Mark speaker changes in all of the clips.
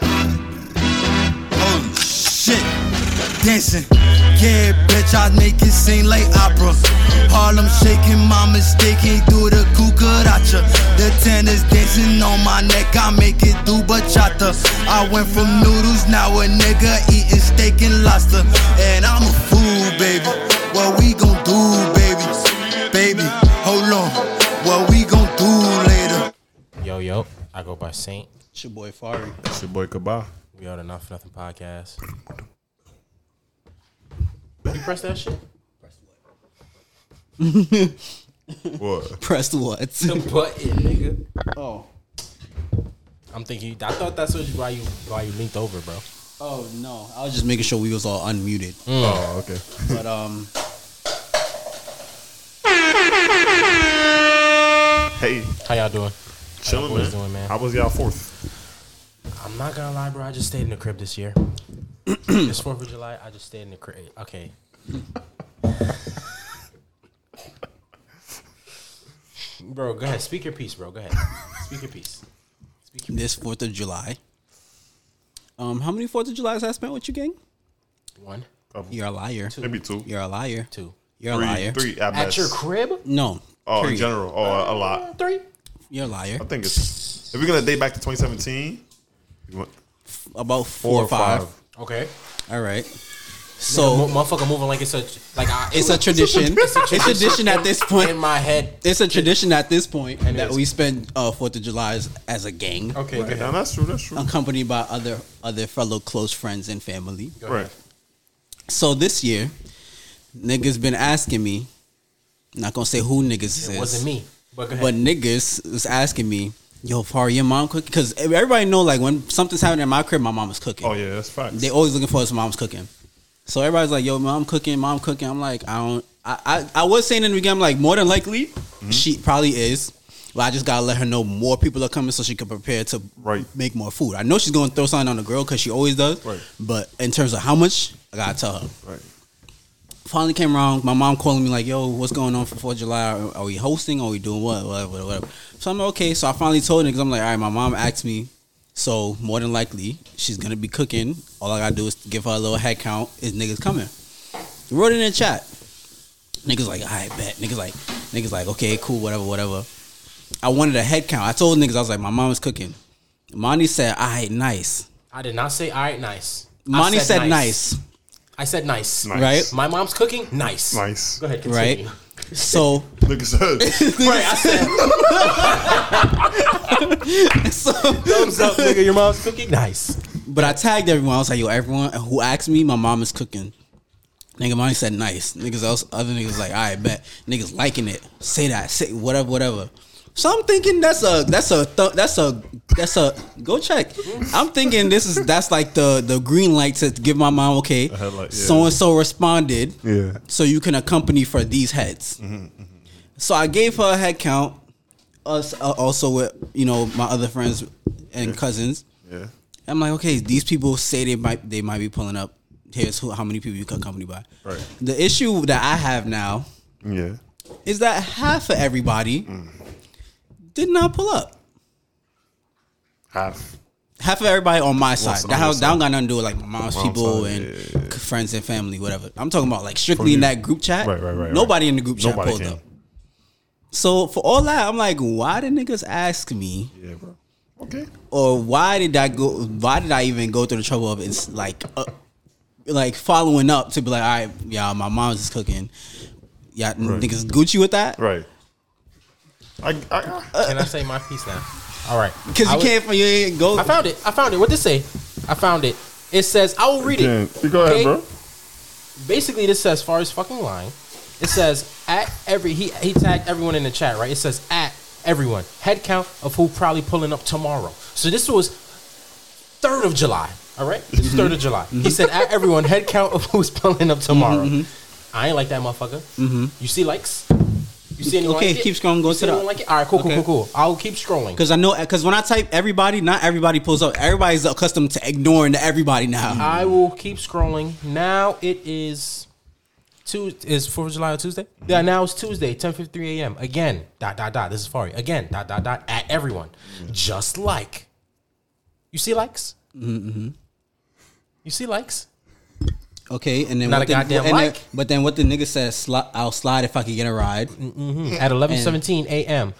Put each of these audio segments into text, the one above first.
Speaker 1: Oh, dancing. Yeah, bitch, I make it seem like opera. Harlem shaking, my mistake ain't do the cucaracha. The tennis dancing on my neck, I make it do bachata. I went from noodles, now a nigga eating steak and lobster. And I'm a fool, baby. What we gon' do, baby? Baby, hold on. What we gon' do later?
Speaker 2: Yo, yo, I go by Saint.
Speaker 3: It's your boy Fari.
Speaker 4: It's your boy Kabah.
Speaker 2: We are the Not For Nothing podcast. You press that shit?
Speaker 4: What?
Speaker 3: Press what?
Speaker 2: The button, nigga.
Speaker 3: oh,
Speaker 2: I'm thinking. I thought that's what you- why you why you linked over, bro.
Speaker 3: oh no! I was just making sure we was all unmuted.
Speaker 4: Oh, okay.
Speaker 3: But um,
Speaker 4: Hey,
Speaker 2: How y'all doing?
Speaker 4: chilling,
Speaker 2: boys
Speaker 4: man.
Speaker 2: doing, man?
Speaker 4: How was y'all fourth?
Speaker 2: I'm not gonna lie, bro. I just stayed in the crib this year. this Fourth of July, I just stayed in the crib. Okay. bro, go ahead. Speak your piece, bro. Go ahead. Speak your piece.
Speaker 3: this Fourth of July. Um, how many Fourth of Julys I spent with you, gang?
Speaker 2: One,
Speaker 3: You're a liar.
Speaker 4: Maybe two.
Speaker 3: You're a liar.
Speaker 2: two.
Speaker 3: You're
Speaker 4: three,
Speaker 3: a liar.
Speaker 4: three at,
Speaker 2: At
Speaker 4: best.
Speaker 2: your crib?
Speaker 3: No.
Speaker 4: oh, in
Speaker 3: period.
Speaker 4: general, oh, a lot.
Speaker 2: Three.
Speaker 3: You're a liar.
Speaker 4: I think it's if we're gonna date back to 2017. you want-
Speaker 3: About four, or five.
Speaker 2: Okay.
Speaker 3: All right.
Speaker 2: Mo-
Speaker 3: So
Speaker 2: motherfucker moving like it's a like I,
Speaker 3: it's a tradition. It's a tradition at this
Speaker 2: in
Speaker 3: point.
Speaker 2: my head.
Speaker 3: It's a tradition at this point
Speaker 2: And
Speaker 3: that
Speaker 2: it's-
Speaker 3: we spend uh, Fourth of July's as a gang,
Speaker 2: Okay, go
Speaker 4: Right,
Speaker 2: ahead.
Speaker 4: now that's true. That's true.
Speaker 3: accompanied by other other fellow close friends and family.
Speaker 2: Go
Speaker 4: Right.
Speaker 2: ahead.
Speaker 3: So this year, niggas been asking me. Not gonna say who niggas is.
Speaker 2: It wasn't me. But go ahead.
Speaker 3: But niggas was asking me, "Yo, Far, your mom cooking?" Because everybody know like when something's happening in my crib, my mom is cooking.
Speaker 4: Oh yeah, that's facts.
Speaker 3: They always looking for us. Mom's cooking. So everybody's like, "Yo, mom cooking, mom cooking." I'm like, I don't. I I, I was saying in the beginning, I'm like, more than likely,
Speaker 4: Mm-hmm.
Speaker 3: she probably is. But I just gotta let her know more people are coming so she can prepare to
Speaker 4: Right.
Speaker 3: make more food. I know she's gonna throw something on the grill because she always does.
Speaker 4: Right.
Speaker 3: But in terms of how much, I gotta tell her
Speaker 4: right.
Speaker 3: finally came around. My mom calling me like, "Yo, what's going on for Fourth of July? Are, are we hosting? Are we doing what? Whatever, whatever, whatever." So I'm like, okay. So I finally told her because I'm like, all right, my mom asked me, so more than likely she's gonna be cooking. All I gotta do is give her a little head count. Is niggas coming? Wrote it in the chat. Niggas like, I bet. Niggas like, niggas like, okay, cool, whatever, whatever. I wanted a head count. I told niggas I was like, my mom is cooking. Monty said, all right, nice.
Speaker 2: I did not say all right, nice. I
Speaker 3: Monty said, nice.
Speaker 2: I said nice.
Speaker 4: Nice.
Speaker 3: Right?
Speaker 2: My mom's cooking nice.
Speaker 4: Nice.
Speaker 2: Go ahead, continue.
Speaker 3: right? So
Speaker 4: Look at that.
Speaker 2: Right, I said
Speaker 3: so
Speaker 2: thumbs up, nigga. Your mom's cooking nice.
Speaker 3: But I tagged everyone. I was like, yo, everyone who asked me, my mom is cooking. Nigga, mommy said nice. Niggas else, other niggas like, all right, bet. Niggas liking it. Say that. Say whatever, whatever. So I'm thinking that's a that's a th- that's a that's a go check. I'm thinking this is that's like the the green light to give my mom okay.
Speaker 4: headlight, yeah.
Speaker 3: So and so responded.
Speaker 4: Yeah.
Speaker 3: So you can accompany for these heads.
Speaker 4: Mm-hmm,
Speaker 3: So I gave her a head count. Us uh, also with you know my other friends and cousins.
Speaker 4: Yeah.
Speaker 3: I'm like, okay, these people say they might they might be pulling up. Here's who, how many people you cut company by.
Speaker 4: Right.
Speaker 3: The issue that I have now
Speaker 4: Yeah.
Speaker 3: is that half of everybody
Speaker 4: Mm.
Speaker 3: did not pull up.
Speaker 4: Half.
Speaker 3: Half of everybody on my side.
Speaker 4: on
Speaker 3: That,
Speaker 4: your
Speaker 3: how, that don't got nothing to do with like my mom's,
Speaker 4: Mom's
Speaker 3: people
Speaker 4: side,
Speaker 3: and
Speaker 4: yeah,
Speaker 3: c- friends and family, whatever. I'm talking about like strictly in
Speaker 4: you.
Speaker 3: that group chat.
Speaker 4: Right, right, right, right.
Speaker 3: Nobody in the group chat
Speaker 4: Nobody
Speaker 3: pulled
Speaker 4: came.
Speaker 3: up. So for all that, I'm like, why did niggas ask me?
Speaker 4: Yeah, bro. Okay.
Speaker 3: or why did I go? Why did I even go through the trouble of it's like, uh, like following up to be like, all right, yeah, my mom's is cooking. Yeah, niggas Gucci with that
Speaker 4: Right. I. I,
Speaker 3: Uh,
Speaker 2: Can I say my piece now? All right.
Speaker 3: because
Speaker 2: I
Speaker 3: you
Speaker 2: was-
Speaker 3: can't. You ain't go.
Speaker 2: I found it. I found it. What this say? I found it. It says I will read it.
Speaker 4: You go
Speaker 2: Okay?
Speaker 4: ahead, bro.
Speaker 2: basically this says far as fucking lying. It says at every he he tagged everyone in the chat, right? It says at everyone. Head count of who probably pulling up tomorrow. So this was third of July. All right? This is third of July.
Speaker 3: Mm-hmm.
Speaker 2: He said at everyone, head count of who's pulling up tomorrow.
Speaker 3: Mm-hmm.
Speaker 2: I ain't like that motherfucker. You see likes? You see anyone
Speaker 3: Okay,
Speaker 2: like it?
Speaker 3: keep scrolling, go
Speaker 2: You
Speaker 3: to
Speaker 2: see
Speaker 3: the-
Speaker 2: anyone like it? All right, cool,
Speaker 3: Okay.
Speaker 2: cool, cool, cool. I'll keep scrolling.
Speaker 3: Because I know. Because when I type everybody, not everybody pulls up. Everybody's accustomed to ignoring the everybody now.
Speaker 2: I will keep scrolling. Now it is two is Fourth of July on Tuesday. Yeah, now it's Tuesday, ten fifty three a.m. Again, dot dot dot. This is Fari. Again, dot dot dot. At everyone, just like you see likes. Mm-hmm. You see likes.
Speaker 3: Okay, and then
Speaker 2: Not
Speaker 3: what
Speaker 2: a
Speaker 3: the-
Speaker 2: goddamn
Speaker 3: and then-
Speaker 2: mic.
Speaker 3: but then what the nigga says, "Sli- "I'll slide if I can get a ride."
Speaker 2: at eleven seventeen a.m.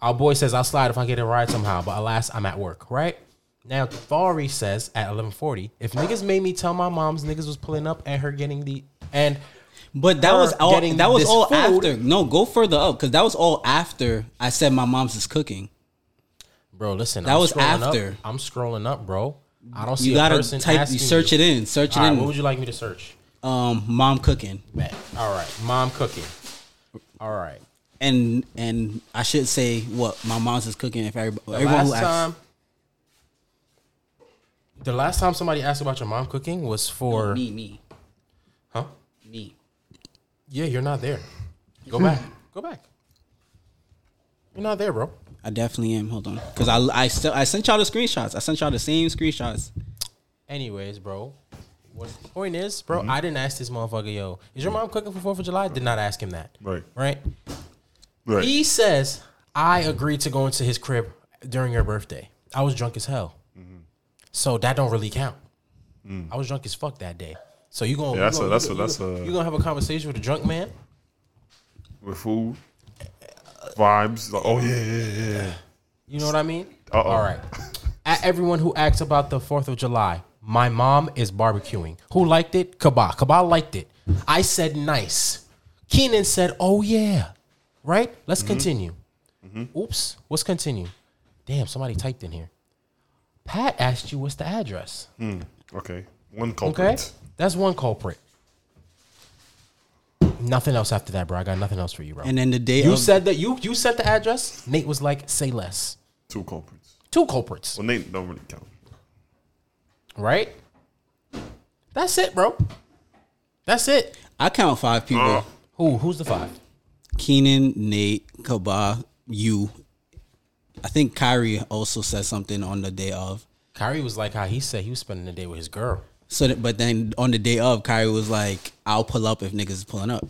Speaker 2: Our boy says I'll slide if I get a ride somehow, but alas, I'm at work. Right now, Tafari says at eleven forty, if niggas made me tell my mom's niggas was pulling up and her getting the and
Speaker 3: But that
Speaker 2: her
Speaker 3: was all.
Speaker 2: getting
Speaker 3: That was
Speaker 2: this
Speaker 3: all
Speaker 2: food.
Speaker 3: after. No, go further up because that was all after I said my mom's is cooking.
Speaker 2: bro, listen,
Speaker 3: That
Speaker 2: I'm
Speaker 3: was
Speaker 2: scrolling
Speaker 3: after.
Speaker 2: Up, I'm scrolling up, bro. I don't see
Speaker 3: You
Speaker 2: a
Speaker 3: gotta
Speaker 2: person
Speaker 3: type,
Speaker 2: asking
Speaker 3: you search
Speaker 2: you.
Speaker 3: it in, search it
Speaker 2: All right,
Speaker 3: in.
Speaker 2: what would you like me to search?
Speaker 3: um, mom cooking,
Speaker 2: Bet. All right, mom cooking. All right.
Speaker 3: and and I should say what my mom's is cooking. If everybody,
Speaker 2: The
Speaker 3: everyone who
Speaker 2: last
Speaker 3: asks,
Speaker 2: time, the last time somebody asked about your mom cooking was for
Speaker 3: me, me,
Speaker 2: huh?
Speaker 3: me.
Speaker 2: Yeah, you're not there. Go back. Go back. You're not there, bro.
Speaker 3: I definitely am. Hold on, because I I still I sent y'all the screenshots. I sent y'all the same screenshots.
Speaker 2: Anyways, bro. What the point is, bro,
Speaker 3: Mm-hmm.
Speaker 2: I didn't ask this motherfucker, yo, is your mom cooking for 4th of July? Did not ask him that.
Speaker 4: Right.
Speaker 2: Right?
Speaker 4: Right.
Speaker 2: He says, I agreed to go into his crib during your birthday. I was drunk as hell.
Speaker 4: Mm-hmm.
Speaker 2: So that don't really count. I was drunk as fuck that day. So you gonna
Speaker 4: Yeah, that's
Speaker 2: you
Speaker 4: a-
Speaker 2: gonna,
Speaker 4: that's
Speaker 2: you
Speaker 4: a-
Speaker 2: gonna-
Speaker 4: that's a-
Speaker 2: you gonna have a conversation with a drunk man?
Speaker 4: With food, vibes. Like, oh yeah, yeah, yeah, yeah.
Speaker 2: You know what I mean?
Speaker 4: Uh-oh.
Speaker 2: All right. At everyone who asked about the 4th of July, my mom is barbecuing. Who liked it? Kaba. Kaba liked it. I said nice. Keenan said, oh yeah. Right? Let's continue. Oops. Let's continue. Damn, somebody typed in here. Pat asked you what's the address.
Speaker 4: Okay, one
Speaker 2: Okay?
Speaker 4: culprit.
Speaker 2: That's one culprit. Nothing else after that, bro. I got nothing else for you, bro.
Speaker 3: And um, then the day
Speaker 2: you
Speaker 3: of,
Speaker 2: said that you you sent the address. Nate was like, say less.
Speaker 4: Two culprits.
Speaker 2: Two culprits.
Speaker 4: Well, they don't really count.
Speaker 2: Right? That's it, bro. That's it.
Speaker 3: I count five people:
Speaker 2: Who? Who's the five?
Speaker 3: Keenan, Nate, Kaba, you. I think Kyrie also said something on the day of.
Speaker 2: Kyrie was like how he said he was spending the day with his girl.
Speaker 3: So, that, but then on the day of, Kyrie was like, "I'll pull up if niggas is pulling up."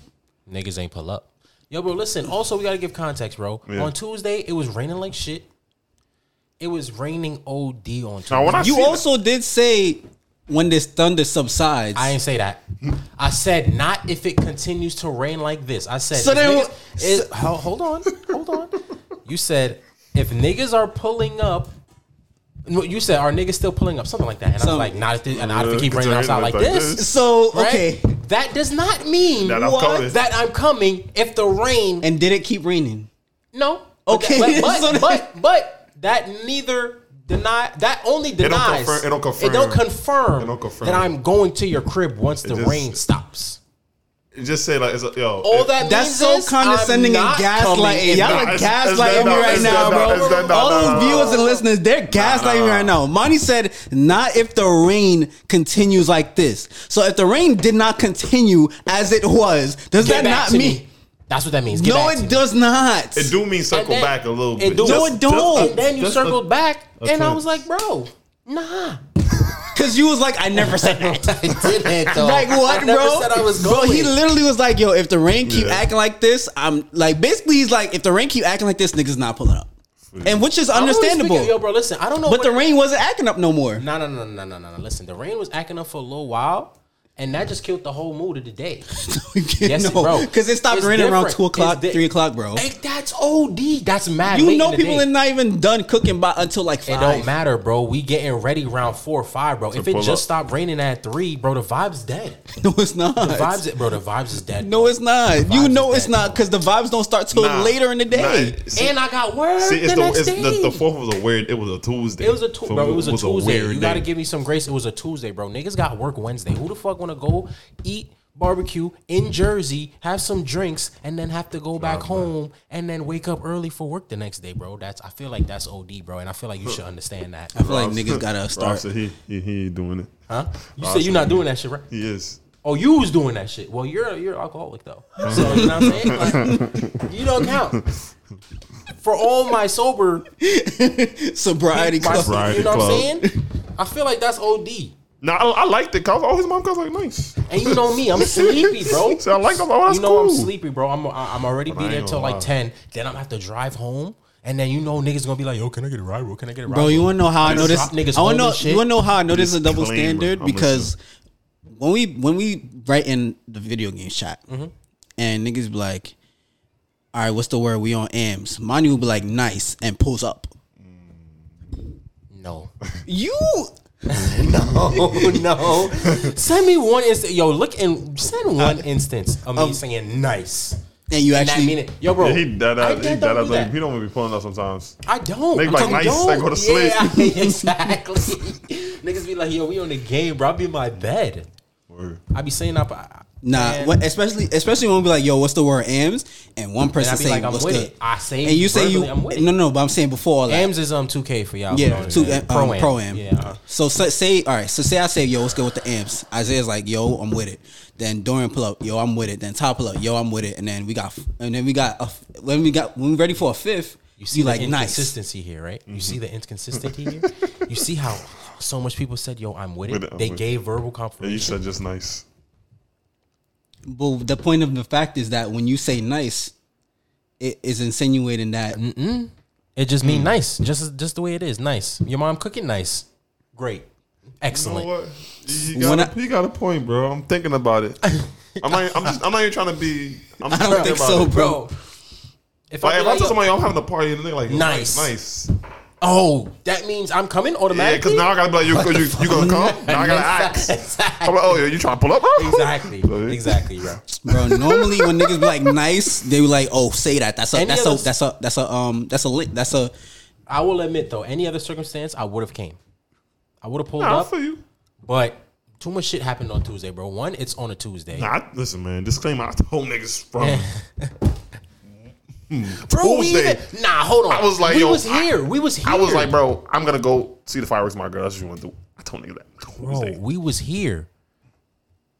Speaker 2: Niggas ain't pull up. Yo, bro, listen. Also, we gotta give context, bro.
Speaker 4: Yeah.
Speaker 2: On Tuesday, it was raining like shit. It was raining OD on Tuesday.
Speaker 4: Now, when I
Speaker 3: You
Speaker 4: see
Speaker 3: also did say when this thunder subsides.
Speaker 2: I ain't say that. I said not if it continues to rain like this. I said
Speaker 3: So
Speaker 2: if
Speaker 3: then
Speaker 2: niggas
Speaker 3: wh-
Speaker 2: is- ho- hold on, hold on. You said if niggas are pulling up, no, you said are niggas still pulling up something like that, and I
Speaker 3: Some-
Speaker 2: was like not if this, and not if it
Speaker 4: Uh,
Speaker 2: keep raining
Speaker 4: considering
Speaker 2: outside like
Speaker 4: like
Speaker 2: this.
Speaker 4: this.
Speaker 3: so
Speaker 2: right?
Speaker 3: okay.
Speaker 2: that does not mean
Speaker 4: That I'm
Speaker 2: what?
Speaker 4: coming.
Speaker 2: that I'm coming if the rain
Speaker 3: And did it keep raining?
Speaker 2: no.
Speaker 3: Okay.
Speaker 2: But but,
Speaker 3: So then-
Speaker 2: but but that neither deny that only
Speaker 4: don't
Speaker 2: denies
Speaker 4: confirm- it don't confirm.
Speaker 2: it don't confirm,
Speaker 4: It don't confirm.
Speaker 2: that I'm going to your crib once the
Speaker 4: just-
Speaker 2: rain stops.
Speaker 4: it, just say like, it's a, yo.
Speaker 2: All
Speaker 4: it-
Speaker 2: that
Speaker 3: That's
Speaker 2: means
Speaker 3: so
Speaker 2: is
Speaker 3: condescending
Speaker 2: I'm
Speaker 3: and
Speaker 2: not
Speaker 3: gaslighting.
Speaker 2: coming
Speaker 3: Y'all
Speaker 2: in.
Speaker 4: Nah,
Speaker 3: are
Speaker 4: it's- it's
Speaker 3: gaslighting
Speaker 4: that
Speaker 3: me
Speaker 4: nah,
Speaker 3: right
Speaker 4: it's
Speaker 3: now,
Speaker 4: that nah,
Speaker 3: bro.
Speaker 4: it's that nah,
Speaker 3: All
Speaker 4: nah,
Speaker 3: those
Speaker 4: nah,
Speaker 3: viewers
Speaker 4: nah.
Speaker 3: and listeners, they're gaslighting me right now. Monty said, "Not if the rain continues like this." So if the rain did not continue as it was, does
Speaker 2: Get
Speaker 3: that
Speaker 2: back
Speaker 3: not
Speaker 2: to
Speaker 3: mean?
Speaker 2: That's what that means. Get
Speaker 3: No,
Speaker 2: back to
Speaker 3: it
Speaker 2: me.
Speaker 3: does not.
Speaker 4: It do mean circle
Speaker 2: then-
Speaker 4: back a little
Speaker 2: it
Speaker 4: bit.
Speaker 2: do-
Speaker 3: No, it don't.
Speaker 2: And then you
Speaker 4: Just a-
Speaker 2: circled back, and I
Speaker 4: touch.
Speaker 2: was like, bro, nah.
Speaker 3: Cause you was like, I never said that.
Speaker 2: I didn't though.
Speaker 3: Like what,
Speaker 2: I
Speaker 3: bro?
Speaker 2: never Said I was going.
Speaker 3: Bro, he literally was like, "Yo, if the rain keep
Speaker 4: Yeah.
Speaker 3: acting like this, I'm like." Basically, he's like, "If the rain keep acting like this, niggas not pulling up," and which is
Speaker 2: I'm only speaking-
Speaker 3: understandable.
Speaker 2: Yo, bro, listen, I don't know.
Speaker 3: but
Speaker 2: what-
Speaker 3: the rain wasn't acting up no more.
Speaker 2: No, no, no, no, no, no, no. Listen, the rain was acting up for a little while, and that just killed the whole mood of the day. Yes, bro.
Speaker 3: Because it stopped
Speaker 2: It's
Speaker 3: raining around
Speaker 2: different.
Speaker 3: two o'clock,
Speaker 2: It's di-
Speaker 3: three o'clock, bro.
Speaker 2: Hey, that's OD. That's mad. late
Speaker 3: You
Speaker 2: in
Speaker 3: know,
Speaker 2: the
Speaker 3: people
Speaker 2: day.
Speaker 3: are not even done cooking by until like
Speaker 2: It
Speaker 3: five.
Speaker 2: don't matter, bro. We getting ready round four or five, bro. if it
Speaker 4: pull
Speaker 2: just
Speaker 4: up.
Speaker 2: stopped raining at three, bro, the vibe's dead.
Speaker 3: No, it's not.
Speaker 2: The vibes, bro, the vibes is dead.
Speaker 3: no, it's not. You
Speaker 2: vibes
Speaker 3: know,
Speaker 2: is
Speaker 3: it's
Speaker 2: dead,
Speaker 3: not because the vibes don't start till
Speaker 4: Nah.
Speaker 3: later in the
Speaker 4: Nah,
Speaker 3: day.
Speaker 4: it- see,
Speaker 2: and I got word
Speaker 4: see, it's
Speaker 2: the,
Speaker 4: the,
Speaker 2: next
Speaker 4: it's
Speaker 2: day.
Speaker 4: the, the fourth was a weird. It was a Tuesday.
Speaker 2: It was a tu-
Speaker 4: So
Speaker 2: bro. It was a Tuesday.
Speaker 4: weird
Speaker 2: you gotta
Speaker 4: day.
Speaker 2: give me some grace. It was a Tuesday, bro. Niggas got work Wednesday. Who the fuck wanna go eat barbecue in Jersey, have some drinks, and then have to go back home and then wake up early for work the next day, bro? That's I feel like that's OD, bro, and I feel like you should understand that.
Speaker 3: I feel like niggas gotta
Speaker 4: Rob
Speaker 3: start.
Speaker 4: said he he he ain't doing it.
Speaker 2: Huh? You said you're not doing that shit, right?
Speaker 4: He is.
Speaker 2: Oh, you was doing that shit. Well, you're you're an alcoholic though, so you know what I'm saying. Like, you don't count. For all my sober,
Speaker 3: Sobriety.
Speaker 2: my,
Speaker 3: club.
Speaker 4: Sobriety
Speaker 2: you know what
Speaker 4: club.
Speaker 2: I'm saying. I feel like that's OD.
Speaker 4: No, I, I liked it. Cause oh, his mom cause like nice.
Speaker 2: And you know me, I'm sleepy, bro.
Speaker 4: So I like that. Oh, that's
Speaker 2: you know I'm
Speaker 4: cool.
Speaker 2: sleepy, bro. I'm I- I'm already
Speaker 4: I
Speaker 2: be
Speaker 4: ain't
Speaker 2: there till like
Speaker 4: gonna lie.
Speaker 2: ten. Then I'm gonna have to drive home, and then you know niggas gonna be like, "Yo, can I get a ride? Bro, can I get a ride?"
Speaker 3: Bro, you wanna know how I
Speaker 2: Niggas
Speaker 3: know this?
Speaker 2: drop niggas
Speaker 3: I
Speaker 2: home
Speaker 3: wanna know.
Speaker 2: and shit.
Speaker 3: You wanna know how I know this is a double
Speaker 4: Disclaimer,
Speaker 3: standard
Speaker 4: I'm
Speaker 3: because when we when we write in the video game chat,
Speaker 2: Mm-hmm.
Speaker 3: and niggas be like, "All right, what's the word? We on AMs." Manu will be like, "Nice," and pulls up.
Speaker 2: No.
Speaker 3: You
Speaker 2: Oh no! send me one instance. Yo, look and send one instance of me
Speaker 3: Um,
Speaker 2: saying nice.
Speaker 3: and you
Speaker 2: And I
Speaker 3: actually
Speaker 2: mean it, yo, bro.
Speaker 4: Yeah, he dead
Speaker 2: Oh, I
Speaker 4: ass. He
Speaker 2: can't
Speaker 4: dead
Speaker 2: don't
Speaker 4: ass.
Speaker 2: do
Speaker 4: Like,
Speaker 2: that.
Speaker 4: he don't even be pulling up sometimes.
Speaker 2: I don't.
Speaker 4: They
Speaker 2: I'm
Speaker 4: like
Speaker 2: talking
Speaker 4: nice,
Speaker 2: don't.
Speaker 4: they go to
Speaker 2: Yeah, exactly. Niggas be like, yo, we on the game, bro. I be in my bed.
Speaker 4: Word.
Speaker 2: I be saying up. I-
Speaker 3: Nah,
Speaker 2: man.
Speaker 3: what, especially especially when we be like, "Yo, what's the word?" Ams, and one person
Speaker 2: I be
Speaker 3: saying,
Speaker 2: like, I'm
Speaker 3: "What's
Speaker 2: with
Speaker 3: good?"
Speaker 2: it. I say
Speaker 3: and you say you
Speaker 2: verbally, I'm with it.
Speaker 3: no no, but I'm saying before all that.
Speaker 2: AMs is um 2K for y'all.
Speaker 3: yeah,
Speaker 2: who don't
Speaker 3: two
Speaker 2: know.
Speaker 3: pro am. Pro am.
Speaker 4: Uh-huh.
Speaker 2: Yeah.
Speaker 3: So, so say all right. So say I say yo, what's good with the amps? Isaiah's like yo, I'm with it. Then Dorian pull up, yo, I'm with it. Then Top pull up, yo, I'm with it. And then we got and then we got a, when we got when we ready for a fifth,
Speaker 2: You see
Speaker 3: you
Speaker 2: the
Speaker 3: like nice.
Speaker 2: inconsistency here, right? You
Speaker 4: Mm-hmm.
Speaker 2: see the inconsistency here. you see how so much people said, "Yo, I'm with it."
Speaker 4: With it, I'm
Speaker 2: they
Speaker 4: with
Speaker 2: gave verbal
Speaker 4: Yeah,
Speaker 2: confirmation.
Speaker 4: you said just nice.
Speaker 3: But the point of the fact is that when you say nice, it is insinuating that
Speaker 2: Mm. It just
Speaker 3: Mm.
Speaker 2: mean nice, just just the way it is. Nice. Your mom cooking nice. Great.
Speaker 4: You
Speaker 2: Excellent.
Speaker 4: know what? You you
Speaker 3: When
Speaker 4: got, a,
Speaker 3: I-
Speaker 4: you got a point, bro. I'm thinking about it. I'm not. I'm just. I'm not even trying to be. I'm just
Speaker 3: I don't think
Speaker 4: thinking about
Speaker 3: so,
Speaker 4: it.
Speaker 3: Oh, bro.
Speaker 2: If
Speaker 4: Like,
Speaker 2: I,
Speaker 4: if
Speaker 2: be
Speaker 4: I
Speaker 2: like,
Speaker 4: tell somebody I'm having a party and they're like,
Speaker 2: Nice.
Speaker 4: nice, nice,
Speaker 2: oh, that means I'm coming
Speaker 4: yeah, because
Speaker 2: automatically.
Speaker 4: now I gotta be like, you, you, you gonna come? Now I gotta ask. I'm like, oh, yeah, you trying to pull up, bro?
Speaker 2: exactly,
Speaker 4: So, yeah.
Speaker 2: exactly, bro.
Speaker 3: Bro, normally when niggas be like nice, they be like, "Oh, say that. That's a
Speaker 2: Any
Speaker 3: that's a
Speaker 2: other-
Speaker 3: that's a that's a um that's a lit that's a
Speaker 2: I will admit though, any other circumstance, I would have came. I would have pulled
Speaker 4: Nah, I
Speaker 2: up,
Speaker 4: feel you.
Speaker 2: but too much shit happened on Tuesday, bro. One, it's on a Tuesday,
Speaker 4: Nah, I, listen, man. Disclaimer: I told niggas from.
Speaker 2: bro. We
Speaker 4: Tuesday.
Speaker 2: even, nah, hold on.
Speaker 4: I was like,
Speaker 2: we
Speaker 4: yo,
Speaker 2: was
Speaker 4: I-
Speaker 2: here. we was here.
Speaker 4: I was like, bro, I'm gonna go see the fireworks market. That's what you want to do. I told niggas that.
Speaker 2: bro,
Speaker 4: Tuesday.
Speaker 2: we was here.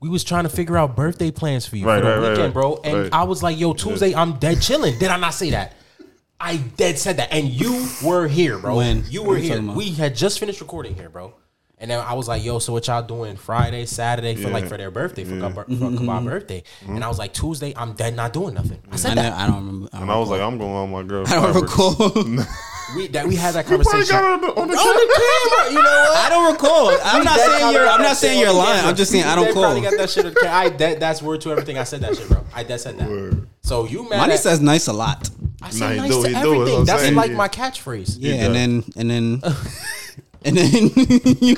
Speaker 2: We was trying to figure out birthday plans for you
Speaker 4: Right,
Speaker 2: for the
Speaker 4: right, right,
Speaker 2: weekend,
Speaker 4: right.
Speaker 2: bro. And
Speaker 4: Right.
Speaker 2: I was like, yo, Tuesday, I'm dead chilling. Did I not say that? I dead said that. And you were here, bro.
Speaker 3: When?
Speaker 2: You
Speaker 3: What
Speaker 2: were
Speaker 3: are you
Speaker 2: here.
Speaker 3: talking about?
Speaker 2: We had just finished recording here, bro. And then I was like, yo, so what y'all doing Friday, Saturday for like
Speaker 4: Yeah. Mm-hmm.
Speaker 2: for their birthday, for, Kab- for
Speaker 3: Mm-hmm,
Speaker 2: Kabba's birthday? And I was like, Tuesday, I'm dead not doing nothing. I
Speaker 3: I,
Speaker 2: said
Speaker 3: never, I don't remember. I
Speaker 4: And
Speaker 3: don't,
Speaker 4: I was like, I'm going on my girl.
Speaker 3: I don't recall.
Speaker 2: we that we had that
Speaker 4: Probably
Speaker 2: conversation.
Speaker 4: got
Speaker 2: On
Speaker 4: on the, on the
Speaker 2: the
Speaker 3: Oh,
Speaker 4: camera.
Speaker 2: camera, you know what?
Speaker 3: I don't recall. I'm not
Speaker 2: They
Speaker 3: saying
Speaker 2: probably
Speaker 3: you're.
Speaker 2: got
Speaker 3: I'm
Speaker 2: that
Speaker 3: not
Speaker 2: shit
Speaker 3: saying
Speaker 2: on
Speaker 3: you're
Speaker 2: camera.
Speaker 3: lying. I'm just saying I
Speaker 2: They
Speaker 3: don't
Speaker 2: Probably got
Speaker 3: call.
Speaker 2: that shit on camera. I that, that's word to everything. I said that shit, bro. I that said that.
Speaker 4: Word.
Speaker 2: So you mad?
Speaker 3: Money
Speaker 2: At,
Speaker 3: says nice a lot.
Speaker 2: I
Speaker 4: Nah,
Speaker 2: said
Speaker 4: he
Speaker 2: nice
Speaker 4: do,
Speaker 2: to
Speaker 4: he do,
Speaker 2: everything.
Speaker 4: that's what I'm
Speaker 2: that's
Speaker 4: saying.
Speaker 2: like
Speaker 4: Yeah.
Speaker 2: my catchphrase.
Speaker 3: Yeah,
Speaker 4: does.
Speaker 3: and then and then and then you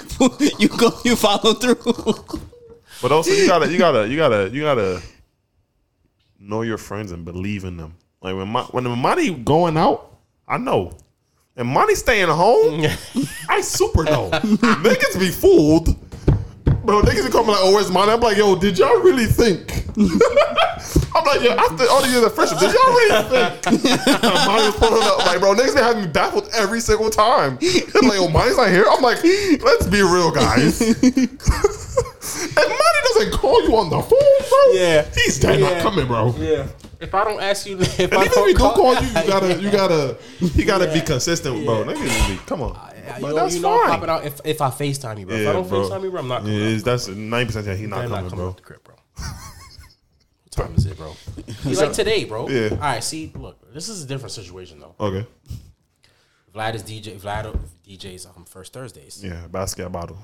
Speaker 3: you go you follow through.
Speaker 4: But also, you gotta, you gotta, you gotta, you gotta know your friends and believe in them. Like when my, when Monty going out, I know, and Monty staying home, I super know. niggas be fooled, bro. Niggas be coming like, oh, where's Monty? I'm like, yo, did y'all really think? I'm like, yo, after all the years of friendship, did y'all really think? Monty was pulling up, like, bro, niggas been having me baffled every single time. I'm like, oh, Monty's not here. I'm like, let's be real, guys. If Money doesn't call you on the phone, bro,
Speaker 2: Yeah.
Speaker 4: he's dead
Speaker 2: Yeah.
Speaker 4: not coming, bro.
Speaker 2: Yeah. If I don't ask you, if
Speaker 4: And
Speaker 2: I
Speaker 4: even if
Speaker 2: don't
Speaker 4: he do
Speaker 2: call,
Speaker 4: call you, you gotta, you gotta, you gotta be
Speaker 2: Yeah. Ah,
Speaker 4: consistent, bro. Niggas be, come on,
Speaker 2: Yeah, you
Speaker 4: but
Speaker 2: know,
Speaker 4: that's
Speaker 2: you know I'm
Speaker 4: fine.
Speaker 2: popping out if, if I FaceTime you, bro. if I
Speaker 4: Yeah,
Speaker 2: don't
Speaker 4: bro.
Speaker 2: FaceTime you, bro, I'm not coming.
Speaker 4: Yeah,
Speaker 2: out.
Speaker 4: it's- that's ninety percent. Yeah, he's not
Speaker 2: I'm not
Speaker 4: coming,
Speaker 2: coming
Speaker 4: bro.
Speaker 2: out the crib, bro. what time is it, bro? You like today, bro?
Speaker 4: Yeah.
Speaker 2: All right. See, look, this is a different situation though.
Speaker 4: Okay,
Speaker 2: Vlad is DJ. Vlad DJs on first Thursdays.
Speaker 4: yeah, basket bottle.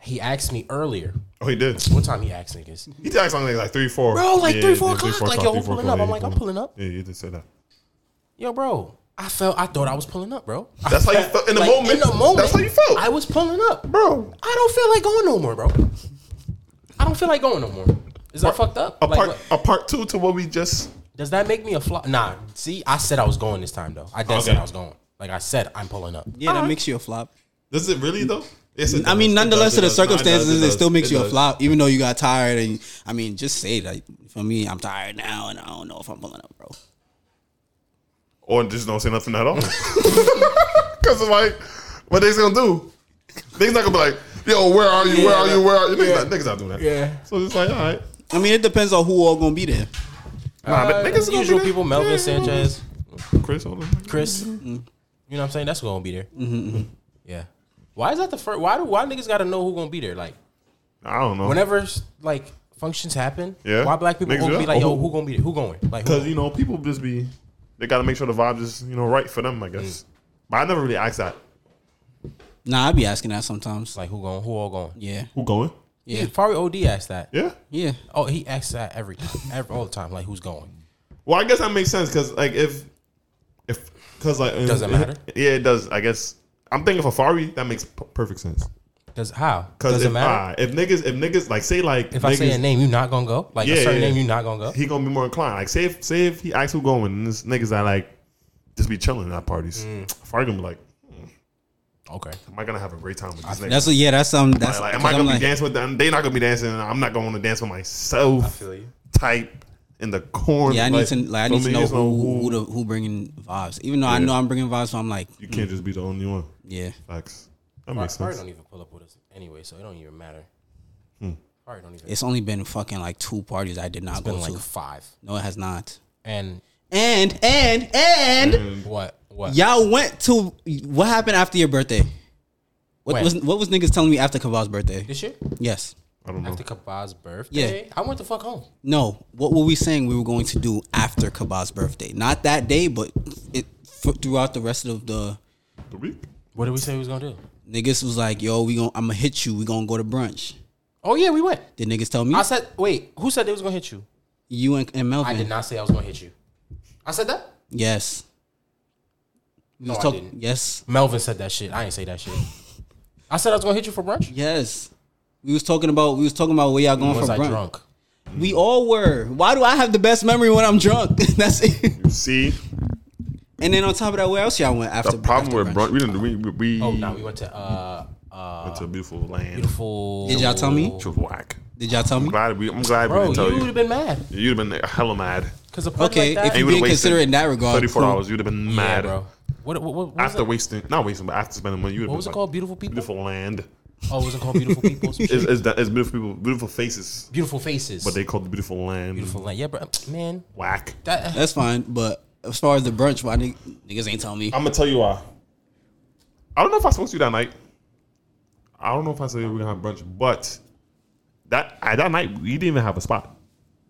Speaker 2: He asked me earlier.
Speaker 4: Oh, he did.
Speaker 2: What time he asked niggas?
Speaker 4: He texted something like three, four.
Speaker 2: Bro, like
Speaker 4: Yeah,
Speaker 2: three, four
Speaker 4: yeah,
Speaker 2: o'clock. Like, yo,
Speaker 4: three,
Speaker 2: I'm
Speaker 4: four
Speaker 2: pulling
Speaker 4: o'clock.
Speaker 2: up.
Speaker 4: Yeah,
Speaker 2: I'm like, I'm pulling up.
Speaker 4: Yeah, you did say that.
Speaker 2: Yo, bro, I felt. I thought I was pulling up, bro.
Speaker 4: That's how you felt in the
Speaker 2: Like,
Speaker 4: moment.
Speaker 2: In the moment,
Speaker 4: that's how you felt,
Speaker 2: I was pulling up, bro.
Speaker 4: bro.
Speaker 2: I don't feel like going no more, bro. I don't feel like going no more. Is that fucked up?
Speaker 4: A
Speaker 2: Like,
Speaker 4: part,
Speaker 2: what-
Speaker 4: a part two to what we just.
Speaker 2: does that make me a flop? Nah. See, I said I was going this time though. I did said
Speaker 4: Okay. Ah,
Speaker 2: I was going. Like I said, I'm pulling up.
Speaker 3: Yeah, that makes you a flop.
Speaker 4: Does it really though? Yes, it
Speaker 3: I
Speaker 4: does. It
Speaker 3: mean, nonetheless,
Speaker 4: does,
Speaker 3: to the
Speaker 4: does. Nah, it does,
Speaker 3: circumstances, it,
Speaker 4: does.
Speaker 3: still makes
Speaker 4: It
Speaker 3: you a
Speaker 4: does.
Speaker 3: flop, even though you got tired. And I mean, just say that for me, I'm tired now, and I don't know if I'm pulling up, bro.
Speaker 4: or just don't say nothing at all. Because it's like, what they gonna do? Niggas not gonna be like, yo, where are you? where are you? Where are you? Niggas, not, niggas not doing that.
Speaker 2: Yeah.
Speaker 4: So it's like, all right.
Speaker 3: I mean, it depends on who all gonna be there.
Speaker 4: Nah, but niggas
Speaker 2: As
Speaker 4: gonna be
Speaker 2: usual
Speaker 4: there.
Speaker 2: people: Melvin
Speaker 4: Yeah,
Speaker 2: Sanchez,
Speaker 4: Chris, hold on.
Speaker 2: Chris. Mm-hmm. You know what I'm saying? That's gonna be there. mm-hmm. Yeah. Why is that the first? Why do why niggas gotta know who gonna be there? Like.
Speaker 4: I don't know.
Speaker 2: whenever like functions happen,
Speaker 4: Yeah.
Speaker 2: why black people
Speaker 4: Niggas
Speaker 2: gonna
Speaker 4: do
Speaker 2: be
Speaker 4: that?
Speaker 2: like, yo,
Speaker 4: Oh.
Speaker 2: who gonna be there? Who going? Like, who
Speaker 4: Because,
Speaker 2: going?
Speaker 4: you know, people just be, they gotta make sure the vibe is, you know, right for them, I
Speaker 2: Mm.
Speaker 4: guess. But I never really asked that.
Speaker 3: Nah, I be asking that sometimes.
Speaker 2: like who going? Who all going?
Speaker 3: Yeah,
Speaker 4: Who going?
Speaker 2: Yeah, probably OD asked that.
Speaker 4: Yeah.
Speaker 3: Yeah.
Speaker 2: Oh, he asks that every time, every, all the time. Like, who's going?
Speaker 4: Well, I guess that makes sense because like if if because like
Speaker 2: Does it matter?
Speaker 4: Yeah, it does. I guess I'm thinking for Fari that makes p- perfect sense.
Speaker 2: Does how?
Speaker 4: Because
Speaker 2: Does
Speaker 4: if,
Speaker 2: it matter?
Speaker 4: ah, if niggas if niggas like say like
Speaker 2: if I say
Speaker 4: niggas-
Speaker 2: a name, you not gonna go. Like
Speaker 4: Yeah,
Speaker 2: a certain
Speaker 4: yeah.
Speaker 2: name, you not gonna go.
Speaker 4: he gonna be more inclined. Like say if say if he asks who going and this niggas that like just be chilling at parties.
Speaker 2: Mm.
Speaker 4: Fari gonna be like,
Speaker 2: Okay.
Speaker 4: am I gonna have a great time with these niggas?
Speaker 3: That's what, yeah, that's um, that's like,
Speaker 4: like, am I
Speaker 3: I'm
Speaker 4: gonna be
Speaker 3: like,
Speaker 4: dancing with them? They not gonna be dancing. and I'm not gonna want to dance with myself. Type in the corner.
Speaker 3: yeah, I need to, like, I need to know
Speaker 4: it's no
Speaker 3: who who, the, who bringing vibes. Even though I
Speaker 4: Yeah.
Speaker 3: know I'm bringing vibes, so I'm like,
Speaker 4: You can't just be the only one.
Speaker 3: yeah,
Speaker 4: Facts. That
Speaker 2: Probably,
Speaker 4: makes
Speaker 2: probably
Speaker 4: sense. Hmm.
Speaker 2: don't even pull up with us anyway, so it don't even matter. Probably don't even.
Speaker 3: it's only been fucking like two parties I did not
Speaker 2: been
Speaker 3: go
Speaker 2: like
Speaker 3: to.
Speaker 2: five.
Speaker 3: No, it has not.
Speaker 2: And
Speaker 3: And and and
Speaker 2: what? What?
Speaker 3: y'all went to what happened after your birthday? What
Speaker 2: When?
Speaker 3: was what was niggas telling me after Kaval's birthday?
Speaker 2: This year?
Speaker 3: Yes.
Speaker 4: I don't know.
Speaker 2: After Kabah's birthday? I went the fuck home.
Speaker 3: No. What were we saying we were going to do after Kabal's birthday? Not that day, but it f- throughout the rest of the
Speaker 4: The week.
Speaker 2: What did we say we was gonna do?
Speaker 3: niggas was like, "Yo, we going to I'm gonna hit you. We gonna go to brunch."
Speaker 2: Oh yeah, we went.
Speaker 3: Did niggas tell me
Speaker 2: I said, wait, who said they was gonna hit you?
Speaker 3: you and, and Melvin?
Speaker 2: I did not say I was gonna hit you. I said that.
Speaker 3: Yes. We
Speaker 2: No,
Speaker 3: was
Speaker 2: I
Speaker 3: talk-
Speaker 2: didn't.
Speaker 3: Yes.
Speaker 2: Melvin said that shit. I ain't say that shit. I said I was gonna hit you for brunch.
Speaker 3: Yes. We was talking about we was talking about where y'all going
Speaker 2: was
Speaker 3: for
Speaker 2: I
Speaker 3: brunch.
Speaker 2: drunk?
Speaker 3: We all were. Why do I have the best memory when I'm drunk? That's it.
Speaker 4: See
Speaker 3: And then on top of that, where else y'all went after?
Speaker 4: the problem
Speaker 3: after
Speaker 4: with brunch. We didn't. We we, we
Speaker 2: Oh no, we went to uh uh
Speaker 4: went to a beautiful land.
Speaker 2: beautiful.
Speaker 3: Did y'all tell me?
Speaker 2: Oh.
Speaker 4: Which was whack.
Speaker 3: Did y'all tell me?
Speaker 4: I'm glad we. I'm glad we
Speaker 2: Bro,
Speaker 4: didn't tell
Speaker 2: you would
Speaker 4: you.
Speaker 2: have been mad
Speaker 4: You'd have been hella mad.
Speaker 2: because a plug like
Speaker 3: Okay,
Speaker 2: that.
Speaker 3: if you
Speaker 4: would've
Speaker 3: being
Speaker 4: wasted
Speaker 3: considerate in that regard,
Speaker 4: thirty-four
Speaker 3: cool.
Speaker 4: dollars, you'd have been
Speaker 2: yeah,
Speaker 4: mad.
Speaker 2: bro. What what what was,
Speaker 4: After
Speaker 2: that?
Speaker 4: wasting, not wasting, but after spending money, you would have
Speaker 2: what was it
Speaker 4: been like,
Speaker 2: called? Beautiful people.
Speaker 4: Beautiful land.
Speaker 2: Oh, was it called beautiful people? Some
Speaker 4: It's,
Speaker 2: shit?
Speaker 4: it's, that- it's beautiful people, beautiful faces,
Speaker 2: beautiful faces.
Speaker 4: but they called it beautiful land.
Speaker 2: beautiful land. Yeah, bro. Man,
Speaker 4: Whack.
Speaker 2: that
Speaker 3: That's fine. But as far as the brunch, why nigg- niggas ain't tell me?
Speaker 4: I'm gonna tell you why. I don't know if I spoke to you that night. I don't know if I said we were gonna have brunch, but that I, that night we didn't even have a spot.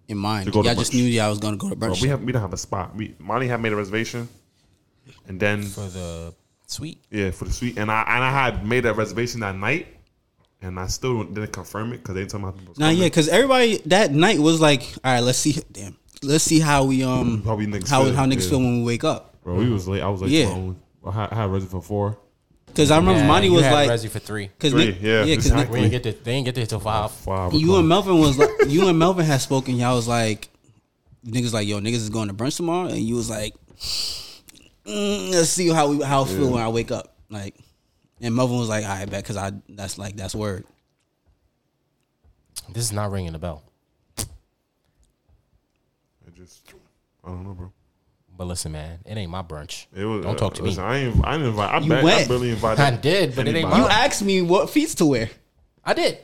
Speaker 3: In mind,
Speaker 4: To go
Speaker 3: y'all
Speaker 4: to
Speaker 3: just
Speaker 4: brunch.
Speaker 3: knew y'all was gonna go to brunch.
Speaker 4: But we have we didn't have a spot. We Monty had made a reservation, and then
Speaker 2: for the sweet.
Speaker 4: yeah for the suite, and I and I had made a reservation that night, and I still didn't confirm it because they didn't tell me how people. was
Speaker 3: nah,
Speaker 4: coming.
Speaker 3: yeah, because everybody that night was like, all right, let's see. Damn, let's see how we um
Speaker 4: How we niggas
Speaker 3: how
Speaker 4: feel,
Speaker 3: how niggas
Speaker 4: yeah.
Speaker 3: feel when we wake up.
Speaker 4: Bro, we was late. I was like,
Speaker 3: Yeah.
Speaker 4: I had, I had reservation for four.
Speaker 3: Because I remember Monty
Speaker 2: you
Speaker 3: was
Speaker 2: had
Speaker 3: like,
Speaker 2: Rezzy for three.
Speaker 3: because
Speaker 4: Three,
Speaker 3: yeah,
Speaker 4: yeah,
Speaker 3: because
Speaker 4: exactly.
Speaker 2: We didn't get there. They didn't get there till five.
Speaker 4: Five.
Speaker 3: you and Melvin was like, you and Melvin had spoken. Y'all was like, niggas like, yo, niggas is going to brunch tomorrow, and you was like, mm, let's see how we how I feel when I wake up. Like, and Melvin was like, I bet because I that's like that's word.
Speaker 2: This is not ringing the bell.
Speaker 4: I just, I don't know, bro.
Speaker 2: But listen, man, it ain't my brunch.
Speaker 4: It was, uh,
Speaker 2: Don't talk to me.
Speaker 4: listen, I ain't, I didn't invite. I, bet, I
Speaker 3: went.
Speaker 4: barely invited.
Speaker 2: I did, but it ain't
Speaker 4: anybody.
Speaker 2: mine.
Speaker 3: You asked me what feats to wear.
Speaker 2: I did.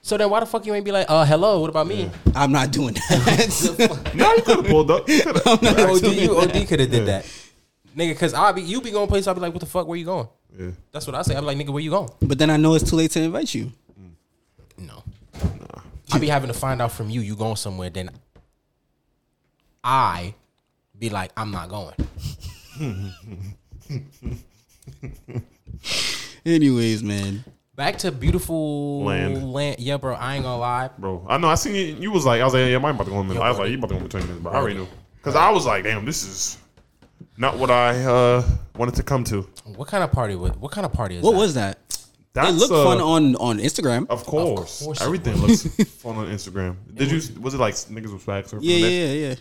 Speaker 2: So then, why the fuck you ain't be like, uh, hello, what about me?
Speaker 3: I'm not doing that.
Speaker 4: No, you could have pulled up. You coulda-
Speaker 3: I'm not
Speaker 2: OD,
Speaker 3: doing
Speaker 2: you
Speaker 3: that.
Speaker 2: OD could have did that, nigga. Cause I be you be going place. I be like, what the fuck? Where you going?
Speaker 4: yeah.
Speaker 2: That's what I say. I'm like, nigga, where you going?
Speaker 3: But then I know it's too late to invite you.
Speaker 2: No, I be having to find out from you. You going somewhere? Then I be like, I'm not going.
Speaker 3: Anyways, man.
Speaker 2: Back to beautiful
Speaker 4: Land.
Speaker 2: land. Yeah, bro. I ain't gonna lie.
Speaker 4: bro. I know. I seen you. You was like, I was like, yeah, mine about to go in a minute. I was like, you about to go in twenty minutes, but I already knew because I was like, damn, this is not what I uh, wanted to come to.
Speaker 2: What kind of party? Was, what kind of party is
Speaker 3: What
Speaker 2: that?
Speaker 3: was that?
Speaker 4: That
Speaker 3: it looked fun on on Instagram.
Speaker 4: Of course,
Speaker 2: course it
Speaker 4: everything looks fun on Instagram. Did you? Was it like niggas with swag surfing?
Speaker 3: Yeah,
Speaker 4: That-
Speaker 3: yeah, yeah.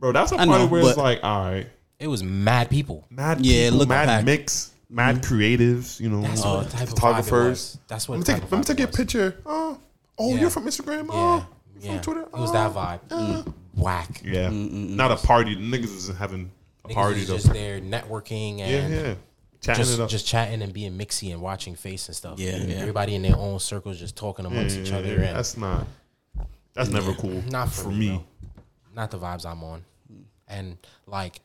Speaker 4: Bro, that's a
Speaker 3: I
Speaker 4: party
Speaker 3: know,
Speaker 4: where it's
Speaker 3: but-
Speaker 4: like, all right,
Speaker 2: It was mad people.
Speaker 4: mad
Speaker 3: Yeah, it
Speaker 4: people,
Speaker 3: looked
Speaker 4: mad
Speaker 3: packed.
Speaker 4: mix, mad creatives. You know,
Speaker 2: Mm-hmm. That's
Speaker 4: uh,
Speaker 2: what the type of vibe it
Speaker 4: photographers.
Speaker 2: was. That's what.
Speaker 4: Let me
Speaker 2: the
Speaker 4: take,
Speaker 2: type of
Speaker 4: let me
Speaker 2: vibe
Speaker 4: take
Speaker 2: it
Speaker 4: your
Speaker 2: was.
Speaker 4: picture. Uh, oh,
Speaker 2: Yeah.
Speaker 4: you're from Instagram.
Speaker 2: Yeah,
Speaker 4: Uh, you're
Speaker 2: yeah.
Speaker 4: from Twitter.
Speaker 2: It was
Speaker 4: uh,
Speaker 2: that vibe. Mm,
Speaker 4: uh.
Speaker 2: Whack.
Speaker 4: Yeah,
Speaker 3: Mm,
Speaker 4: not a party. Niggas was having a
Speaker 2: Niggas
Speaker 4: party
Speaker 2: was
Speaker 4: though.
Speaker 2: just there networking
Speaker 4: yeah,
Speaker 2: and
Speaker 4: yeah, chatting it
Speaker 2: just
Speaker 4: up.
Speaker 2: just chatting and being mixy and watching face and stuff.
Speaker 3: Yeah, yeah.
Speaker 2: Everybody in their own circles just talking amongst
Speaker 4: Yeah,
Speaker 2: each
Speaker 4: yeah,
Speaker 2: other.
Speaker 4: yeah.
Speaker 2: and
Speaker 4: That's not. That's never cool.
Speaker 2: not for, me. though. Not the vibes I'm on. And like,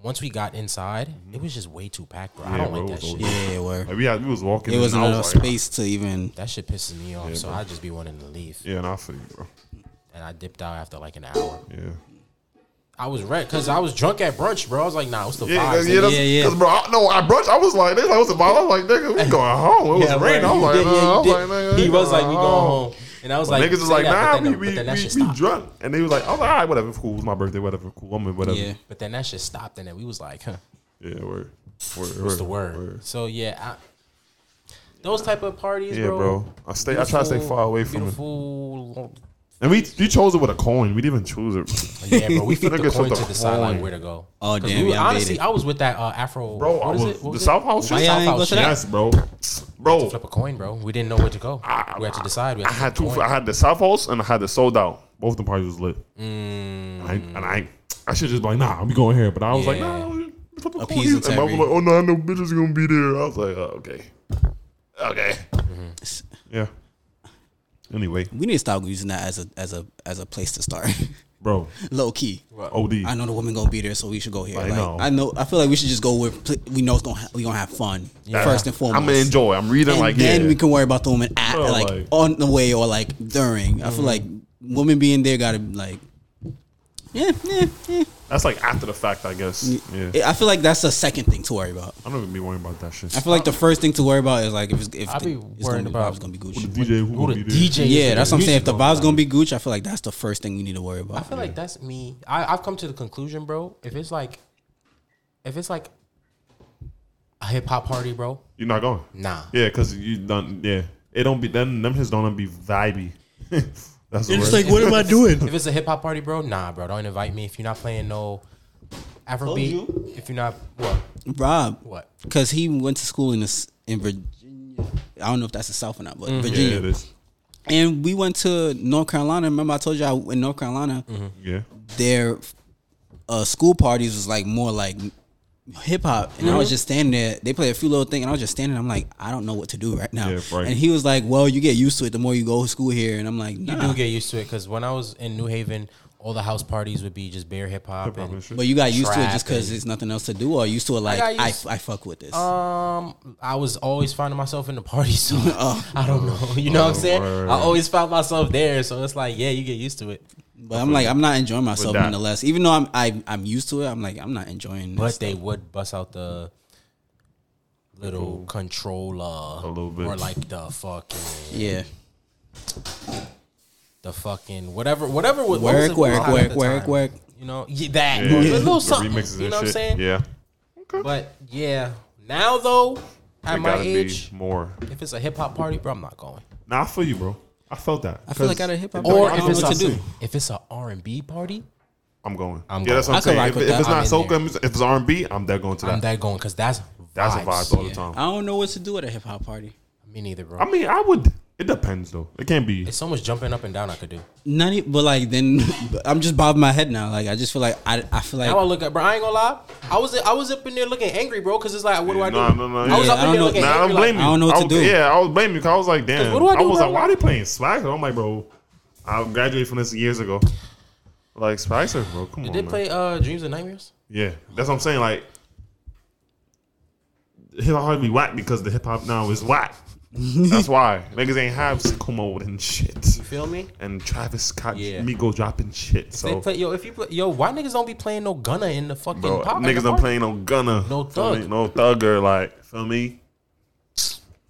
Speaker 2: once we got inside, it was just way too packed, bro. I
Speaker 4: Mm-hmm. Yeah,
Speaker 2: don't
Speaker 4: bro,
Speaker 2: like
Speaker 4: it
Speaker 2: that
Speaker 4: was
Speaker 2: shit.
Speaker 4: over.
Speaker 3: Yeah, where
Speaker 4: Like, we had, we was walking.
Speaker 3: it
Speaker 4: and
Speaker 3: wasn't
Speaker 4: I
Speaker 3: enough
Speaker 4: was like,
Speaker 3: space to even.
Speaker 2: That shit pisses me off. so I just be wanting to leave,
Speaker 4: Yeah, and I feel you, bro.
Speaker 2: and I dipped out after like an hour.
Speaker 4: Yeah,
Speaker 2: I I was wrecked because I was drunk at brunch, bro. I was like, nah, what's the
Speaker 4: Yeah,
Speaker 2: vibes?
Speaker 4: yeah, that's,
Speaker 3: Yeah, yeah.
Speaker 4: Cause bro, I, no, I brunch. I was like, they like, what's the vibe? I was like, nigga, we going home. It was
Speaker 2: Yeah,
Speaker 4: raining.
Speaker 2: right.
Speaker 4: I was like,
Speaker 2: He did-
Speaker 4: nah, I was
Speaker 2: yeah, he
Speaker 4: like, nigga,
Speaker 2: did. He
Speaker 4: we
Speaker 2: was like, we going home. And I was like,
Speaker 4: niggas was
Speaker 2: say
Speaker 4: like,
Speaker 2: that,
Speaker 4: nah,
Speaker 2: but
Speaker 4: we
Speaker 2: then,
Speaker 4: we
Speaker 2: but then that shit
Speaker 4: we, we
Speaker 2: stopped.
Speaker 4: drunk, and they was like, I was like, all right, whatever, cool. It was my birthday, whatever, cool. I'm in, whatever.
Speaker 3: Yeah.
Speaker 2: But then that shit stopped, and then we was like, huh,
Speaker 4: yeah, word, word,
Speaker 2: what's the word? So yeah, I, those type of parties,
Speaker 4: Yeah,
Speaker 2: bro.
Speaker 4: bro. I stay. I try to stay
Speaker 2: Beautiful-
Speaker 4: far away from it.
Speaker 2: beautiful,
Speaker 4: And we we chose it with a coin. We didn't even choose it,
Speaker 2: Yeah, bro. We flipped
Speaker 4: Niggas
Speaker 2: the
Speaker 4: with
Speaker 2: coin
Speaker 4: the
Speaker 2: to the sideline
Speaker 4: coin.
Speaker 2: where to go.
Speaker 3: Oh,
Speaker 2: 'Cause
Speaker 3: damn,
Speaker 2: we were-
Speaker 3: y'all
Speaker 2: honestly,
Speaker 3: dated.
Speaker 2: I was with that uh, Afro.
Speaker 4: bro.
Speaker 2: what
Speaker 4: I
Speaker 2: is
Speaker 4: was,
Speaker 2: it? What
Speaker 4: the
Speaker 2: was it?
Speaker 4: South House.
Speaker 3: Why
Speaker 4: shit?
Speaker 3: y'all ain't
Speaker 2: South
Speaker 3: go
Speaker 2: House
Speaker 3: to that?
Speaker 4: Yes, bro,
Speaker 2: Flip
Speaker 4: bro.
Speaker 2: a coin, bro. We didn't know where to go.
Speaker 4: I-
Speaker 2: we had to decide. We had
Speaker 4: Ah, I
Speaker 2: to
Speaker 4: had
Speaker 2: flip
Speaker 4: two.
Speaker 2: a
Speaker 4: I
Speaker 2: coin.
Speaker 4: had the South House and I had the sold out. Both the parties was lit.
Speaker 3: Mm.
Speaker 4: And I and I I should just be like, nah, we going here. But I was like,
Speaker 2: Yeah.
Speaker 4: nah. we- we fucking
Speaker 3: Appease
Speaker 4: cool. And my was
Speaker 3: integrity.
Speaker 4: like, oh no, I know bitches gonna be there. I was like, oh, okay, okay,
Speaker 3: Mm-hmm.
Speaker 4: yeah. Anyway,
Speaker 3: We need to stop using that as a as a as a place to start.
Speaker 4: bro,
Speaker 3: Low key.
Speaker 4: OD.
Speaker 3: I know the woman gonna be there, so we should go here.
Speaker 4: I
Speaker 3: Like,
Speaker 4: know.
Speaker 3: I know. I feel like we should just go where pl- we know it's gonna ha- we gonna have fun first and foremost.
Speaker 4: I'm gonna enjoy. I'm reading
Speaker 3: and
Speaker 4: like
Speaker 3: then
Speaker 4: yeah.
Speaker 3: we can worry about the woman at
Speaker 4: Bro,
Speaker 3: like,
Speaker 4: like- Mm-hmm.
Speaker 3: on the way or like during. I feel like women being there gotta like. Yeah, yeah, yeah.
Speaker 4: That's like after the fact, I guess. Yeah.
Speaker 3: I feel like that's the second thing to worry about.
Speaker 4: I don't even be worrying about that shit.
Speaker 3: I feel like the first thing to worry about is like if it's, if
Speaker 2: I
Speaker 3: the,
Speaker 2: be
Speaker 3: it's gonna
Speaker 2: worrying
Speaker 3: be-
Speaker 2: about-
Speaker 3: vibes gonna be
Speaker 4: Who
Speaker 3: Gucci.
Speaker 4: the DJ, who
Speaker 2: Who
Speaker 4: gonna
Speaker 2: the
Speaker 4: be
Speaker 2: DJ?
Speaker 4: there?
Speaker 3: Yeah, that's what I'm saying. If the
Speaker 2: Music
Speaker 3: vibes gonna be Gucci, I feel like that's the first thing we need to worry about.
Speaker 2: I feel like that's me. I, I've come to the conclusion, bro. If it's like, if it's like a hip hop party, bro,
Speaker 4: You're not going.
Speaker 2: nah.
Speaker 4: Yeah, cause you done. Yeah, it don't be then. Them hits don't be vibey. that's the word.
Speaker 3: what am I doing?
Speaker 2: If it's a hip hop party, bro, nah, bro. Don't invite me if you're not playing no Afrobeat.
Speaker 3: you.
Speaker 2: If you're not what
Speaker 3: Rob,
Speaker 2: what.
Speaker 3: because he went to school in this in Virginia. I don't know if that's the South or not, but
Speaker 2: Mm-hmm.
Speaker 4: yeah,
Speaker 3: Virginia.
Speaker 4: it is.
Speaker 3: and we went to North Carolina. Remember, I told you I, in North Carolina,
Speaker 2: Mm-hmm.
Speaker 4: Yeah,
Speaker 3: their uh, school parties was like more like hip hop, and
Speaker 2: Mm-hmm.
Speaker 3: I was just standing there. They played a few little thing, and I was just standing. I'm like, I don't know what to do right now.
Speaker 4: Yeah, right.
Speaker 3: And he was like, Well, you get used to it the more you go to school here, and I'm like,
Speaker 2: You
Speaker 3: nah.
Speaker 2: do get used to it because when I was in New Haven, all the house parties would be just bare hip hop.
Speaker 4: probably
Speaker 2: and-
Speaker 4: should.
Speaker 3: But you got used to it just
Speaker 2: Trap
Speaker 3: because
Speaker 2: and-
Speaker 3: it's nothing else to do, or used to it like
Speaker 2: got
Speaker 3: I,
Speaker 2: used-
Speaker 3: I, fuck with this.
Speaker 2: Um, I was always finding myself in the party, so I don't know. You know what I'm saying?
Speaker 4: right, right,
Speaker 2: I always found myself there, so it's like, yeah, you get used to it.
Speaker 3: but I'm like, I'm not enjoying myself
Speaker 4: that-
Speaker 3: nonetheless. Even though I'm I, I'm used to it, I'm like, I'm not enjoying.
Speaker 2: But
Speaker 3: This.
Speaker 2: they would bust out the little controller,
Speaker 4: A little bit.
Speaker 2: or like the fucking,
Speaker 3: yeah,
Speaker 2: the fucking whatever, whatever. What, what was
Speaker 3: work,
Speaker 2: it
Speaker 3: work,
Speaker 2: called at
Speaker 3: work,
Speaker 2: the
Speaker 3: work,
Speaker 2: time?
Speaker 3: work.
Speaker 2: You know yeah, that
Speaker 4: yeah.
Speaker 2: a
Speaker 4: The
Speaker 2: little something.
Speaker 4: remixes
Speaker 2: You
Speaker 4: and
Speaker 2: know what I'm
Speaker 4: shit.
Speaker 2: saying?
Speaker 4: Yeah,
Speaker 2: But yeah, now though, at
Speaker 4: it
Speaker 2: my
Speaker 4: gotta
Speaker 2: age,
Speaker 4: be Mm-hmm. more.
Speaker 2: if it's a hip hop party, bro, I'm not going.
Speaker 4: Nah, I feel you, bro. I felt that.
Speaker 3: I feel like at a hip hop
Speaker 2: Or
Speaker 3: party, I
Speaker 2: if
Speaker 3: don't know
Speaker 2: it's
Speaker 3: what to
Speaker 2: a
Speaker 3: do.
Speaker 2: if it's a R and B party,
Speaker 4: I'm going.
Speaker 2: I'm
Speaker 4: yeah,
Speaker 2: going.
Speaker 4: that's what
Speaker 3: I
Speaker 4: I'm
Speaker 3: could
Speaker 4: saying.
Speaker 3: rock
Speaker 4: If,
Speaker 3: with
Speaker 4: if
Speaker 3: that.
Speaker 4: it's
Speaker 2: I'm
Speaker 4: not
Speaker 2: in
Speaker 4: soca,
Speaker 2: there.
Speaker 4: if it's R&B, I'm dead going to that.
Speaker 2: I'm that going because that's
Speaker 4: That's
Speaker 2: vibes.
Speaker 4: a vibe all the
Speaker 2: Yeah.
Speaker 4: time.
Speaker 3: I don't know what to do at a hip hop party.
Speaker 2: Me neither, bro.
Speaker 4: I mean, I would. It depends though. It can't be.
Speaker 2: It's so much jumping up and down I could do.
Speaker 3: Not even, e, but like then I'm just bobbing my head now. Like I just feel like I, I feel like
Speaker 2: Now I look at, bro. I ain't gonna lie. I was I was up in there looking angry, bro, because it's like, what do I do?
Speaker 4: Nah, nah, nah,
Speaker 2: I was
Speaker 3: yeah.
Speaker 2: up in there
Speaker 3: Yeah, I don't
Speaker 2: looking
Speaker 3: know.
Speaker 4: Nah, I
Speaker 2: angry.
Speaker 4: don't blame
Speaker 2: like,
Speaker 4: you.
Speaker 3: I don't know what to
Speaker 4: was-
Speaker 3: do.
Speaker 4: Yeah, I was blaming you because I was like, damn.
Speaker 2: what do I do,
Speaker 4: was
Speaker 2: bro?
Speaker 4: like, why are they playing Spicer? I'm like, bro, I graduated from this years ago. Like Spicer, bro, come on.
Speaker 2: Did they
Speaker 4: man.
Speaker 2: play uh, Dreams and Nightmares?
Speaker 4: Yeah, that's what I'm saying. Like, hip hop be whack because the hip hop now is whack. that's why niggas ain't have sicko mode and shit.
Speaker 2: You feel me?
Speaker 4: And Travis Scott,
Speaker 2: Yeah.
Speaker 4: Migo dropping shit.
Speaker 2: They
Speaker 4: So
Speaker 2: play yo. If you play yo, why niggas don't be playing no Gunna in the fucking
Speaker 4: bro,
Speaker 2: pop?
Speaker 4: niggas don't
Speaker 2: play.
Speaker 4: playing no gunner,
Speaker 2: No
Speaker 4: feel me?
Speaker 2: thug.
Speaker 4: no thugger. Like, feel me?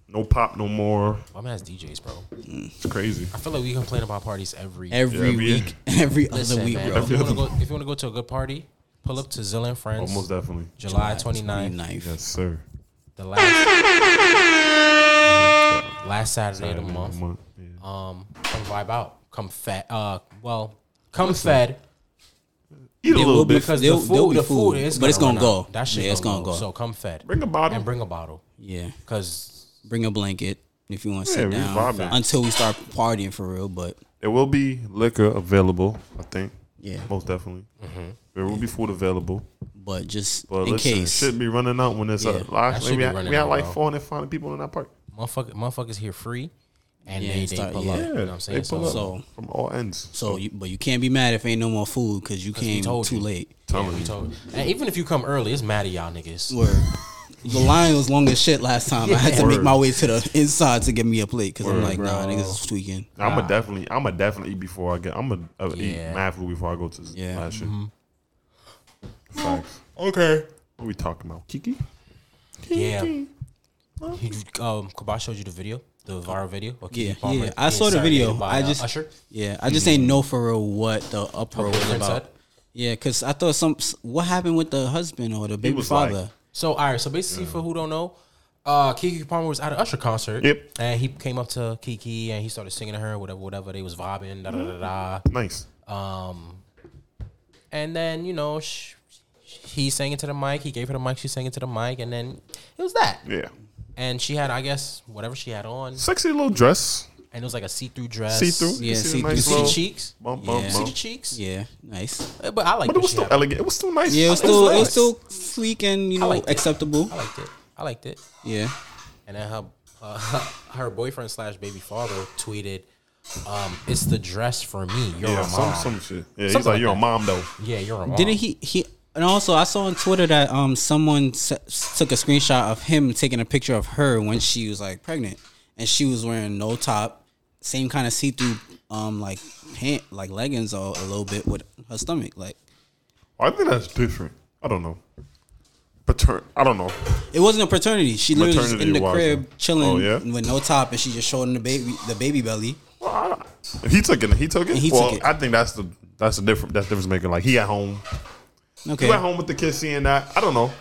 Speaker 4: No pop, no more.
Speaker 2: I'm as DJs, bro.
Speaker 4: It's crazy.
Speaker 2: I feel like we complain about parties every
Speaker 3: every
Speaker 4: Yeah, yeah.
Speaker 3: week, every other
Speaker 2: Listen,
Speaker 3: week,
Speaker 2: man,
Speaker 3: bro.
Speaker 2: If you want to go, if you want to go to a good party, pull up to Zilla and Friends,
Speaker 4: Almost definitely.
Speaker 2: July
Speaker 3: That's
Speaker 2: 29th,
Speaker 3: knife.
Speaker 4: Yes, sir.
Speaker 2: the last last Saturday of the
Speaker 4: Every
Speaker 2: month.
Speaker 4: month, yeah.
Speaker 2: um, come vibe out, come fed. Uh, well, come fed
Speaker 4: Eat a
Speaker 3: There
Speaker 4: little
Speaker 3: will be
Speaker 4: bit.
Speaker 2: because
Speaker 3: There'll-
Speaker 2: the
Speaker 3: there'll
Speaker 2: food,
Speaker 3: be
Speaker 2: the food,
Speaker 3: food,
Speaker 2: is
Speaker 3: but it's gonna
Speaker 2: run out.
Speaker 3: go.
Speaker 2: That shit
Speaker 3: Yeah, it's gonna go.
Speaker 2: So come fed.
Speaker 4: Bring a bottle.
Speaker 2: and bring a bottle
Speaker 3: Yeah,
Speaker 2: because
Speaker 3: bring a blanket if you want to
Speaker 4: Yeah,
Speaker 3: sit
Speaker 4: we
Speaker 3: down
Speaker 4: vibing.
Speaker 3: until we start partying for real. But
Speaker 4: There will be liquor available, I think.
Speaker 3: Yeah.
Speaker 4: Most definitely.
Speaker 2: Mm-hmm.
Speaker 4: There will be food available.
Speaker 3: but just
Speaker 4: But
Speaker 3: in
Speaker 4: listen, it
Speaker 3: case,
Speaker 4: should be running out when it's
Speaker 3: Yeah,
Speaker 4: a last
Speaker 2: should
Speaker 4: we
Speaker 2: be
Speaker 4: had,
Speaker 2: running
Speaker 4: we had
Speaker 2: out,
Speaker 4: like
Speaker 2: bro.
Speaker 4: 450 people in that park
Speaker 2: motherfucker, motherfuckers here free, and
Speaker 3: Yeah,
Speaker 2: they,
Speaker 3: and
Speaker 2: they
Speaker 3: start-
Speaker 2: pull
Speaker 3: yeah.
Speaker 2: up. You know what
Speaker 4: Yeah,
Speaker 2: I'm saying?
Speaker 4: they pull
Speaker 2: so,
Speaker 4: up.
Speaker 3: so
Speaker 4: from all ends.
Speaker 3: so you, but you can't be mad if ain't no more food because you
Speaker 2: we
Speaker 3: came
Speaker 2: told
Speaker 3: too
Speaker 2: you.
Speaker 3: late.
Speaker 2: yeah, we told. And even if you come early, it's mad at y'all niggas.
Speaker 3: Word. The line was long as shit last time. I had to make
Speaker 4: Word.
Speaker 3: my way to the inside to get me a plate because I'm
Speaker 4: Word,
Speaker 3: like, nah,
Speaker 2: bro.
Speaker 3: niggas is tweaking.
Speaker 4: I'm going to definitely I'm going to definitely eat before I get I'm going to eat
Speaker 2: Yeah. mm-hmm.
Speaker 4: mad food before I go to
Speaker 3: Yeah.
Speaker 4: last shit. Facts.
Speaker 2: Okay.
Speaker 4: What we talking about? Kiki?
Speaker 2: Yeah. He- um, Kabah showed you the video, the viral video. of Keke
Speaker 3: Yeah,
Speaker 2: Palmer
Speaker 3: yeah. I
Speaker 2: being
Speaker 3: saw the video.
Speaker 2: serenaded by,
Speaker 3: I
Speaker 2: uh,
Speaker 3: just
Speaker 2: Usher.
Speaker 3: yeah, I just ain't know for real what the uproar was
Speaker 2: Uprising
Speaker 3: about.
Speaker 2: said?
Speaker 3: Yeah, because I thought some what happened with the husband or the baby
Speaker 4: was
Speaker 3: father.
Speaker 4: like-
Speaker 2: So, all right. So basically,
Speaker 3: Mm.
Speaker 2: for who don't know, uh, Kiki Palmer was at an Usher concert.
Speaker 4: Yep.
Speaker 2: And he came up to Kiki and he started singing to her, whatever, whatever. They was vibing, da da da da.
Speaker 4: Nice.
Speaker 2: And then you know, sh- he sang into the mic. He gave her the mic. She sang into the mic, and then it was that.
Speaker 4: Yeah.
Speaker 2: And she had, I guess, whatever she had on,
Speaker 4: Sexy little dress.
Speaker 2: and it was like a see-through dress.
Speaker 4: See through.
Speaker 3: Yeah, see-through.
Speaker 2: You
Speaker 4: Nice
Speaker 2: see the
Speaker 4: little
Speaker 2: cheeks.
Speaker 4: Bump, bump,
Speaker 3: Yeah.
Speaker 2: See
Speaker 4: bump.
Speaker 2: the cheeks.
Speaker 3: Yeah, nice.
Speaker 2: Uh, But I like.
Speaker 4: But it was
Speaker 2: she
Speaker 4: still
Speaker 2: had.
Speaker 4: elegant. It was still nice.
Speaker 3: Yeah, it was
Speaker 2: I- it was
Speaker 3: still it was
Speaker 2: nice.
Speaker 3: still sleek and you know
Speaker 2: liked it.
Speaker 3: acceptable.
Speaker 2: I liked it. I liked it.
Speaker 3: Yeah,
Speaker 2: And then her uh, her boyfriend slash baby father tweeted, um, "It's the dress for me. You're
Speaker 4: Yeah,
Speaker 2: a
Speaker 4: some
Speaker 2: mom.
Speaker 4: some shit. Yeah, he's
Speaker 2: Something
Speaker 4: like,
Speaker 2: like
Speaker 4: you're a
Speaker 2: that.
Speaker 4: mom though.
Speaker 2: yeah, you're a mom."
Speaker 3: didn't he he? And also, I saw on Twitter that um someone s- took a screenshot of him taking a picture of her when she was like pregnant, and she was wearing no top, same kind of see through um like pant like leggings or a little bit with her stomach like.
Speaker 4: I think that's different. I don't know. Patern. I don't know.
Speaker 3: It wasn't a paternity. She literally was in the
Speaker 4: Maternity-wise,
Speaker 3: crib
Speaker 4: yeah.
Speaker 3: chilling
Speaker 4: Oh, yeah?
Speaker 3: with no top, and she just showed him the baby, the baby belly.
Speaker 4: Well, I, if he took it, he took it.
Speaker 3: He
Speaker 4: well,
Speaker 3: took it.
Speaker 4: I think that's the that's the different that's the difference maker. Like he at home,
Speaker 3: Okay,
Speaker 4: he at home with the kids seeing that. I don't know.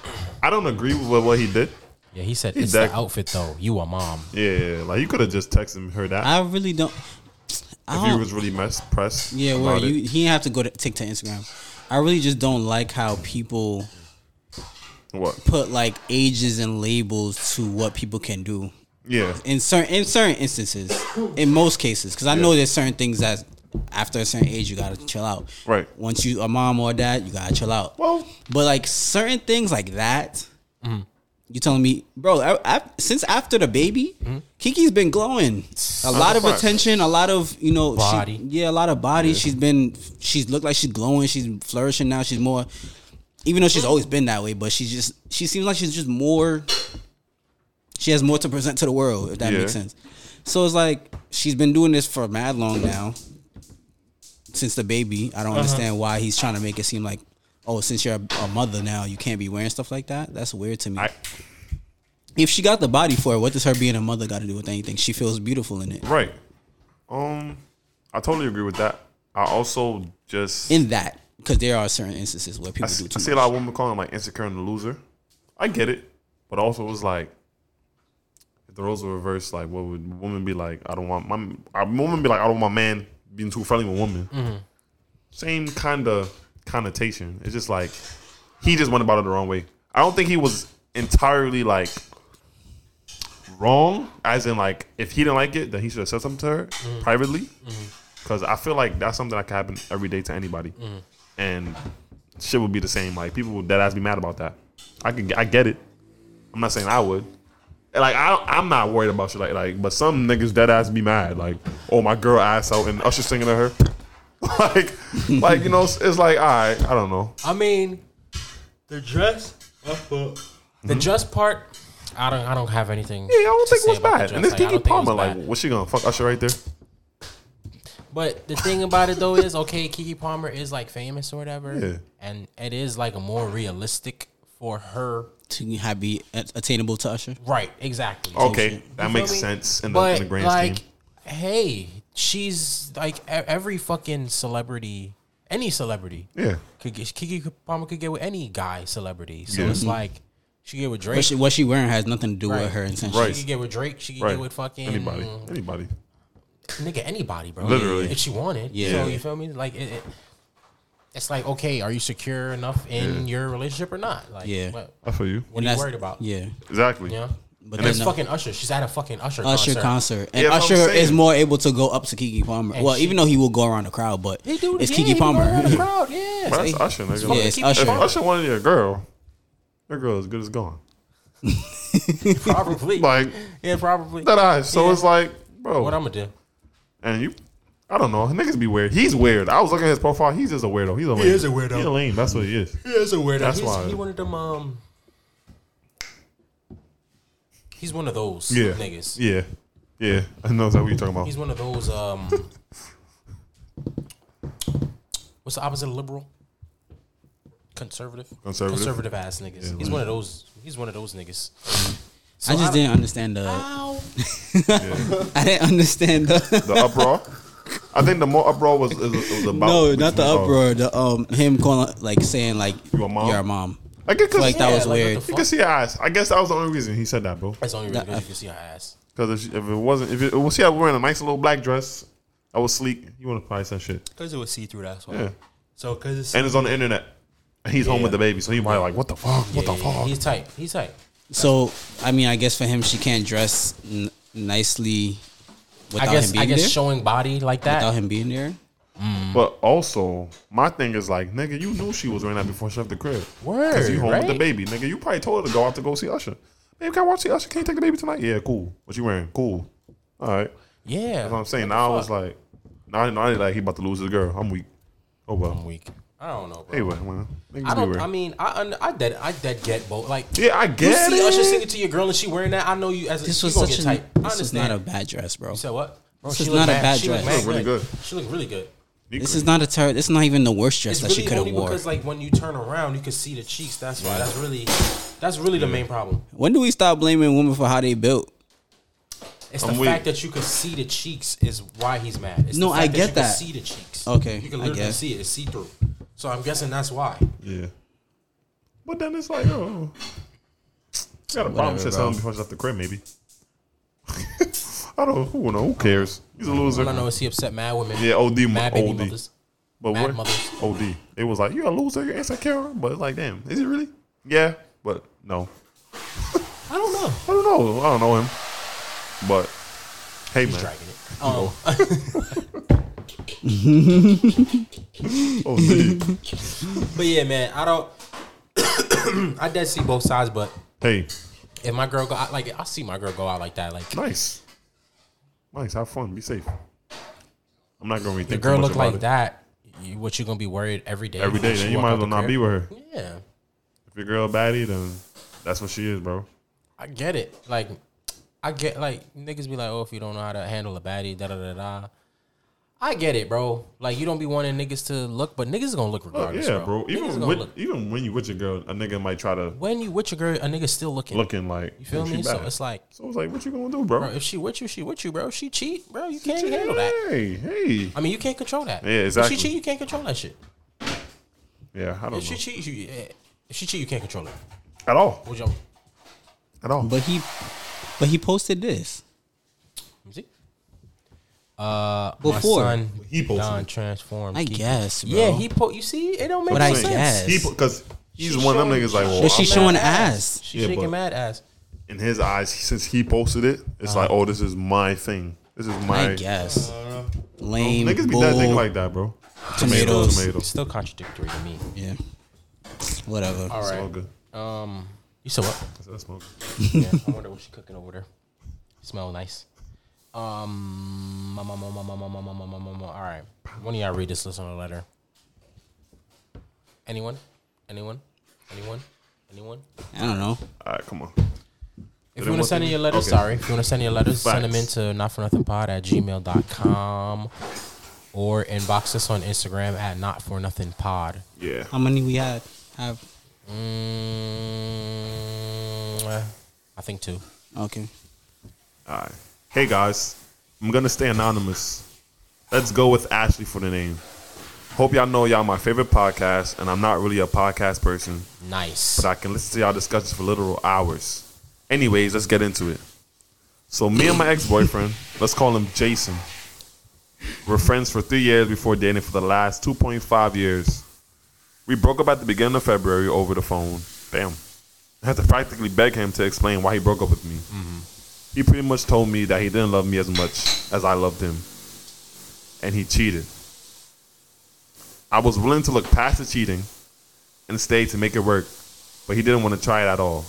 Speaker 4: I don't agree with what, what he did.
Speaker 2: Yeah, he said
Speaker 4: He's
Speaker 2: it's
Speaker 4: that-
Speaker 2: the outfit though. You a mom.
Speaker 4: Yeah, like you could have just texted her that
Speaker 3: I really don't. I
Speaker 4: if you
Speaker 3: don't-
Speaker 4: was really messed pressed.
Speaker 3: yeah, where
Speaker 4: about it.
Speaker 3: you he didn't have to go to take to Instagram. I really just don't like how people
Speaker 4: what?
Speaker 3: put like ages and labels to what people can do
Speaker 4: Yeah,
Speaker 3: in certain in certain instances. In most cases, because I know there's certain things that after a certain age you gotta chill out.
Speaker 4: Right.
Speaker 3: Once you a mom or a dad, you gotta chill out.
Speaker 4: Well-
Speaker 3: but like certain things like that. You telling me, bro? I, I, since after the baby, Kiki's been glowing. A lot of
Speaker 4: fact.
Speaker 3: attention, a lot of you know, she-
Speaker 2: Body.
Speaker 3: yeah, a lot of body. She's been, she's looked like she's glowing. She's flourishing now. She's more, even though she's always been that way, but she's just, she seems like she's just more. She has more to present to the world, if that
Speaker 4: Yeah.
Speaker 3: makes sense. So it's like she's been doing this for mad long now, since the baby. I don't
Speaker 4: Uh-huh.
Speaker 3: understand why he's trying to make it seem like, oh, since you're a, a mother now, you can't be wearing stuff like that. That's weird to me
Speaker 4: I
Speaker 3: if she got the body for it, what does her being a mother got to do with anything? She feels beautiful in it.
Speaker 4: right. Um, I totally agree with that. I also just
Speaker 3: In that, because there are certain instances where
Speaker 4: I,
Speaker 3: people
Speaker 4: s-
Speaker 3: do
Speaker 4: I
Speaker 3: too
Speaker 4: see a
Speaker 3: much.
Speaker 4: lot of women calling like insecure and a loser. I get it, but also it's like if the roles were reversed, like what would women be like? I don't want my a woman be like I don't want my man being too friendly with women.
Speaker 3: Mm-hmm.
Speaker 4: Same kind of connotation. It's just like he just went about it the wrong way. I don't think he was entirely like wrong, as in like if he didn't like it, then he should have said something to her
Speaker 3: Mm-hmm.
Speaker 4: privately. Because I feel like that's something that can happen every day to anybody,
Speaker 3: Mm-hmm.
Speaker 4: and shit would be the same. Like people would dead ass be mad about that. I can I get it. I'm not saying I would. And, Like I I'm not worried about shit like like. But some niggas dead ass be mad. Like oh my girl ass out and Usher singing to her. like like you know it's, it's like all right I don't know.
Speaker 2: I mean, the dress. The dress part. I don't. I don't have anything.
Speaker 4: Mm-hmm. Yeah, I don't think it was bad. And this
Speaker 2: Kiki
Speaker 4: Kiki Palmer, like, was she gonna fuck Usher right there?
Speaker 2: But the thing about it though is, okay, Kiki Palmer is like famous or whatever,
Speaker 4: Yeah.
Speaker 2: and it is like a more realistic for her.
Speaker 3: To have be at- attainable to Usher.
Speaker 2: Right, exactly.
Speaker 4: Okay,
Speaker 3: shit.
Speaker 4: that
Speaker 2: You
Speaker 4: makes
Speaker 2: feel me?
Speaker 4: sense in the,
Speaker 2: but
Speaker 4: in Oh, the grand
Speaker 2: like,
Speaker 4: scheme.
Speaker 2: hey, she's like e- every fucking celebrity, any celebrity.
Speaker 4: Yeah,
Speaker 2: Could get, Kiki Palmer could get with any guy celebrity, so
Speaker 4: Yeah.
Speaker 2: it's like she get with Drake.
Speaker 3: But she, what she wearing has nothing to do
Speaker 2: Right.
Speaker 3: with her intention.
Speaker 4: Right.
Speaker 2: She could get with Drake. She could
Speaker 4: right.
Speaker 2: get with fucking
Speaker 4: anybody, anybody.
Speaker 2: nigga, anybody, bro.
Speaker 4: Literally.
Speaker 2: if she wanted.
Speaker 3: Yeah.
Speaker 2: So you feel me? Like it, it- it's like okay, are you secure enough in your relationship or not? Like,
Speaker 3: Yeah.
Speaker 2: What,
Speaker 4: I feel you.
Speaker 2: what are you
Speaker 3: That's-
Speaker 2: worried about?
Speaker 3: Yeah.
Speaker 4: Exactly.
Speaker 2: Yeah. But
Speaker 3: then
Speaker 2: it's
Speaker 3: no-
Speaker 2: fucking Usher. She's at a fucking Usher.
Speaker 3: Usher
Speaker 2: concert.
Speaker 3: concert. And
Speaker 4: Yeah, that's what
Speaker 3: Usher
Speaker 4: I'm
Speaker 3: is
Speaker 4: saying.
Speaker 3: more able to go up to Kiki Palmer.
Speaker 2: And
Speaker 3: well,
Speaker 2: she-
Speaker 3: even though he will go around the crowd, but
Speaker 2: He do
Speaker 3: it's
Speaker 2: yeah,
Speaker 3: Kiki
Speaker 2: he
Speaker 3: Palmer.
Speaker 2: around the crowd, yeah.
Speaker 4: But that's Usher, nigga.
Speaker 3: yeah,
Speaker 4: Like,
Speaker 3: it's
Speaker 2: Keke
Speaker 3: Usher.
Speaker 4: if Usher wanted your girl, your girl is good as gone.
Speaker 2: probably.
Speaker 4: Like
Speaker 2: yeah, probably.
Speaker 4: that ass. So
Speaker 2: Yeah.
Speaker 4: it's like, bro.
Speaker 2: What I'm gonna do?
Speaker 4: and you, I don't know. Niggas be weird. He's weird. I was looking at his profile. He's just a weirdo. He's a lame. He
Speaker 2: is a weirdo.
Speaker 4: He's a lame. That's what he is.
Speaker 2: He's a weirdo.
Speaker 4: That's
Speaker 2: he's,
Speaker 4: why-
Speaker 2: he one of them. Um, he's one of those
Speaker 4: Yeah.
Speaker 2: niggas.
Speaker 4: Yeah. Yeah. I know exactly what you're talking
Speaker 2: He's
Speaker 4: about.
Speaker 2: one of those. Um, what's the opposite of liberal? conservative,
Speaker 4: Conservative.
Speaker 2: conservative ass niggas. he's one of those. He's one of those niggas. So
Speaker 3: I just
Speaker 2: don't-
Speaker 3: didn't understand the.
Speaker 2: Ow.
Speaker 3: I didn't understand the.
Speaker 4: The uproar. I think the more uproar was, is, is about.
Speaker 3: no, not the
Speaker 4: between us.
Speaker 3: uproar. The um, him calling like saying like
Speaker 4: You a mom?
Speaker 3: You're a mom.
Speaker 4: I guess 'cause-
Speaker 3: Like that
Speaker 2: Yeah,
Speaker 3: was
Speaker 2: like, what
Speaker 3: weird.
Speaker 2: the
Speaker 4: You can see her eyes. I guess that was the only reason he said that, bro.
Speaker 2: That's the only reason
Speaker 3: Nah, I-
Speaker 2: 'cause you can see her ass.
Speaker 4: Because if, she- if it wasn't, if it was, see, I was wearing a nice little black dress. I was sleek. You want to probably say shit.
Speaker 5: Because it was see through, that's why.
Speaker 4: Yeah.
Speaker 5: So, because it's.
Speaker 4: And it's on the internet. And he's home with the baby, so he probably like, what the fuck? What
Speaker 2: Yeah,
Speaker 4: the
Speaker 2: yeah, yeah.
Speaker 4: fuck?
Speaker 2: He's tight. He's tight.
Speaker 3: So I mean, I guess for him, she can't dress n- nicely without
Speaker 2: I guess.
Speaker 3: him
Speaker 2: I
Speaker 3: being
Speaker 2: guess
Speaker 3: there.
Speaker 2: showing body like that.
Speaker 3: without him being there.
Speaker 4: But also, my thing is like, nigga, you knew she was wearing that before she left the crib.
Speaker 2: Word,
Speaker 4: Because you home with the
Speaker 2: right?
Speaker 4: baby, nigga. You probably told her to go out to go see Usher. Baby, can I watch see Usher? Can you take the baby tonight? Yeah, cool. What you wearing? Cool. All right.
Speaker 2: yeah.
Speaker 4: That's what I'm saying. Now I was like, now I now I like he about to lose his girl. I'm weak. Oh well.
Speaker 2: week. I don't know, bro.
Speaker 4: Anyway, man. Niggas
Speaker 2: I
Speaker 4: be
Speaker 2: don't.
Speaker 4: weird.
Speaker 2: I mean, I under, I dead. I dead get both. Like
Speaker 4: yeah, I
Speaker 2: you
Speaker 4: get
Speaker 2: see
Speaker 4: it.
Speaker 2: Usher singing to your girl and she wearing that. I know you as a,
Speaker 3: This
Speaker 2: she
Speaker 3: was
Speaker 2: gonna
Speaker 3: such
Speaker 2: get
Speaker 3: a.
Speaker 2: tight. I
Speaker 3: This is
Speaker 2: understand.
Speaker 3: not a bad dress, bro.
Speaker 2: You said what? Bro,
Speaker 3: This
Speaker 2: she
Speaker 3: is
Speaker 2: look
Speaker 3: not a
Speaker 2: mad-
Speaker 3: bad
Speaker 2: she look
Speaker 3: dress.
Speaker 2: mad
Speaker 3: She
Speaker 4: look really
Speaker 2: good.
Speaker 4: good.
Speaker 2: She look really good.
Speaker 3: This is not a tur- This is not even the worst dress
Speaker 2: It's
Speaker 3: that
Speaker 2: really
Speaker 3: she could have
Speaker 2: only
Speaker 3: wore.
Speaker 2: because like when you turn around, you can see the cheeks. That's why. That's really, that's really the main problem.
Speaker 3: when do we stop blaming women for how they built?
Speaker 2: It's
Speaker 4: I'm
Speaker 2: the
Speaker 4: weak.
Speaker 2: fact that you can see the cheeks is why he's mad. It's the
Speaker 3: No,
Speaker 2: fact
Speaker 3: I
Speaker 2: you
Speaker 3: get
Speaker 2: can
Speaker 3: that.
Speaker 2: see the cheeks.
Speaker 3: Okay,
Speaker 2: you can
Speaker 3: I
Speaker 2: literally
Speaker 3: get.
Speaker 2: see it. It's see through. So I'm guessing that's why.
Speaker 4: Yeah. But then it's like, oh. You gotta bomb shit something before she left the crib, maybe. I don't who know, who cares? He's a loser.
Speaker 2: I don't know. Is he upset? Mad women.
Speaker 4: Yeah, OD mo-
Speaker 2: Mad baby
Speaker 4: OD.
Speaker 2: mothers.
Speaker 4: But
Speaker 2: Mad
Speaker 4: what?
Speaker 2: mothers.
Speaker 4: OD. It was like, you're a loser, you're insecure. But it's like, damn, is it really? Yeah, but no.
Speaker 2: I don't know.
Speaker 4: I don't know. I don't know him. But hey man.
Speaker 2: Dragging it.
Speaker 3: Oh.
Speaker 2: Um,
Speaker 4: OD.
Speaker 2: But yeah, man, I don't. I did see both sides, but
Speaker 4: hey.
Speaker 2: if my girl go out, like I see my girl go out like that, like
Speaker 4: Nice. Nice. Have fun. Be safe. I'm not gonna rethink.
Speaker 2: the
Speaker 4: too
Speaker 2: girl
Speaker 4: much
Speaker 2: look
Speaker 4: about
Speaker 2: like
Speaker 4: it.
Speaker 2: that, you, what you gonna be worried every day?
Speaker 4: every day.
Speaker 2: when she
Speaker 4: Then you
Speaker 2: walk
Speaker 4: might
Speaker 2: out
Speaker 4: as well
Speaker 2: the
Speaker 4: not
Speaker 2: crib?
Speaker 4: be with her.
Speaker 2: Yeah,
Speaker 4: If your girl baddie, then that's what she is, bro.
Speaker 2: I get it. Like I get like niggas be like, oh, if you don't know how to handle a baddie, da da da da. I get it, bro. Like you don't be wanting niggas to look, but niggas gonna look
Speaker 4: Look,
Speaker 2: regardless,
Speaker 4: Oh, yeah,
Speaker 2: bro.
Speaker 4: bro.
Speaker 2: Niggas
Speaker 4: Even
Speaker 2: gonna
Speaker 4: when,
Speaker 2: look.
Speaker 4: even when you with your girl, a nigga might try to
Speaker 2: When you with your girl, a nigga still looking.
Speaker 4: looking like
Speaker 2: you feel
Speaker 4: "She
Speaker 2: me? So
Speaker 4: bad."
Speaker 2: it's like,
Speaker 4: so it's like, what you gonna do, bro?
Speaker 2: bro, if she with you, she with you, bro. If she cheat, bro, you can't handle that.
Speaker 4: Hey, hey,
Speaker 2: I mean, you can't control that.
Speaker 4: Yeah,
Speaker 2: If
Speaker 4: exactly.
Speaker 2: she cheat, you can't control that shit.
Speaker 4: yeah, I don't know
Speaker 2: If she cheat, you, eh, if she cheat, you can't control it.
Speaker 4: at all,
Speaker 2: Would you
Speaker 4: at all.
Speaker 3: But he, but he posted this.
Speaker 2: see? Uh,
Speaker 3: Before.
Speaker 2: my son
Speaker 4: He posted
Speaker 2: Don transformed.
Speaker 3: I
Speaker 2: He-
Speaker 3: guess, bro.
Speaker 2: Yeah, he po- You see, it don't make
Speaker 3: But
Speaker 2: no
Speaker 3: I
Speaker 2: sense.
Speaker 3: guess.
Speaker 4: he because he's one of them
Speaker 2: showing-
Speaker 4: niggas like, well,
Speaker 3: But she
Speaker 4: I'm
Speaker 3: showing
Speaker 4: mad.
Speaker 3: ass.
Speaker 2: She
Speaker 4: Yeah,
Speaker 2: shaking
Speaker 4: but-
Speaker 2: mad ass.
Speaker 4: in his eyes since he posted it. It's like,
Speaker 2: Uh-huh.
Speaker 4: oh, this is my thing. This is my
Speaker 3: I guess. Lame.
Speaker 4: Uh, niggas be
Speaker 3: bull,
Speaker 4: that thing like that, bro.
Speaker 3: tomatoes.
Speaker 4: tomato.
Speaker 2: It's still contradictory to me.
Speaker 3: Yeah. Whatever.
Speaker 2: All
Speaker 4: Smell
Speaker 2: right.
Speaker 4: good.
Speaker 2: Um, you said what?
Speaker 4: I said, smell good.
Speaker 2: yeah, I wonder what she cooking over there. Smell nice. Um, mama, mama, mama, mama, mama, mama, mama. All right. One of y'all read this listener letter. Anyone? Anyone? Anyone? Anyone?
Speaker 3: I don't know.
Speaker 4: All right, come on.
Speaker 2: If
Speaker 4: Then
Speaker 2: you want to
Speaker 4: what
Speaker 2: send in
Speaker 4: do-
Speaker 2: your letters,
Speaker 4: okay.
Speaker 2: sorry. If you want to send in your letters, send them in
Speaker 4: Facts.
Speaker 2: to notfornothingpod at gmail.com or inbox us on Instagram at notfornothingpod.
Speaker 4: Yeah.
Speaker 3: How many we had? Have
Speaker 2: Mm, I think two.
Speaker 3: okay.
Speaker 4: All right. Hey guys, I'm gonna stay anonymous. Let's go with Ashley for the name. Hope y'all know y'all my favorite podcast, and I'm not really a podcast person,
Speaker 2: Nice.
Speaker 4: but I can listen to y'all discussions for literal hours. Anyways, let's get into it. So me and my ex-boyfriend, let's call him Jason. We're friends for three years before dating for the last 2.5 years. We broke up at the beginning of February over the phone. Damn. I had to practically beg him to explain why he broke up with me he pretty much told me that he didn't love me as much as I loved him, and he cheated. I was willing to look past the cheating and stay to make it work, but he didn't want to try it at all.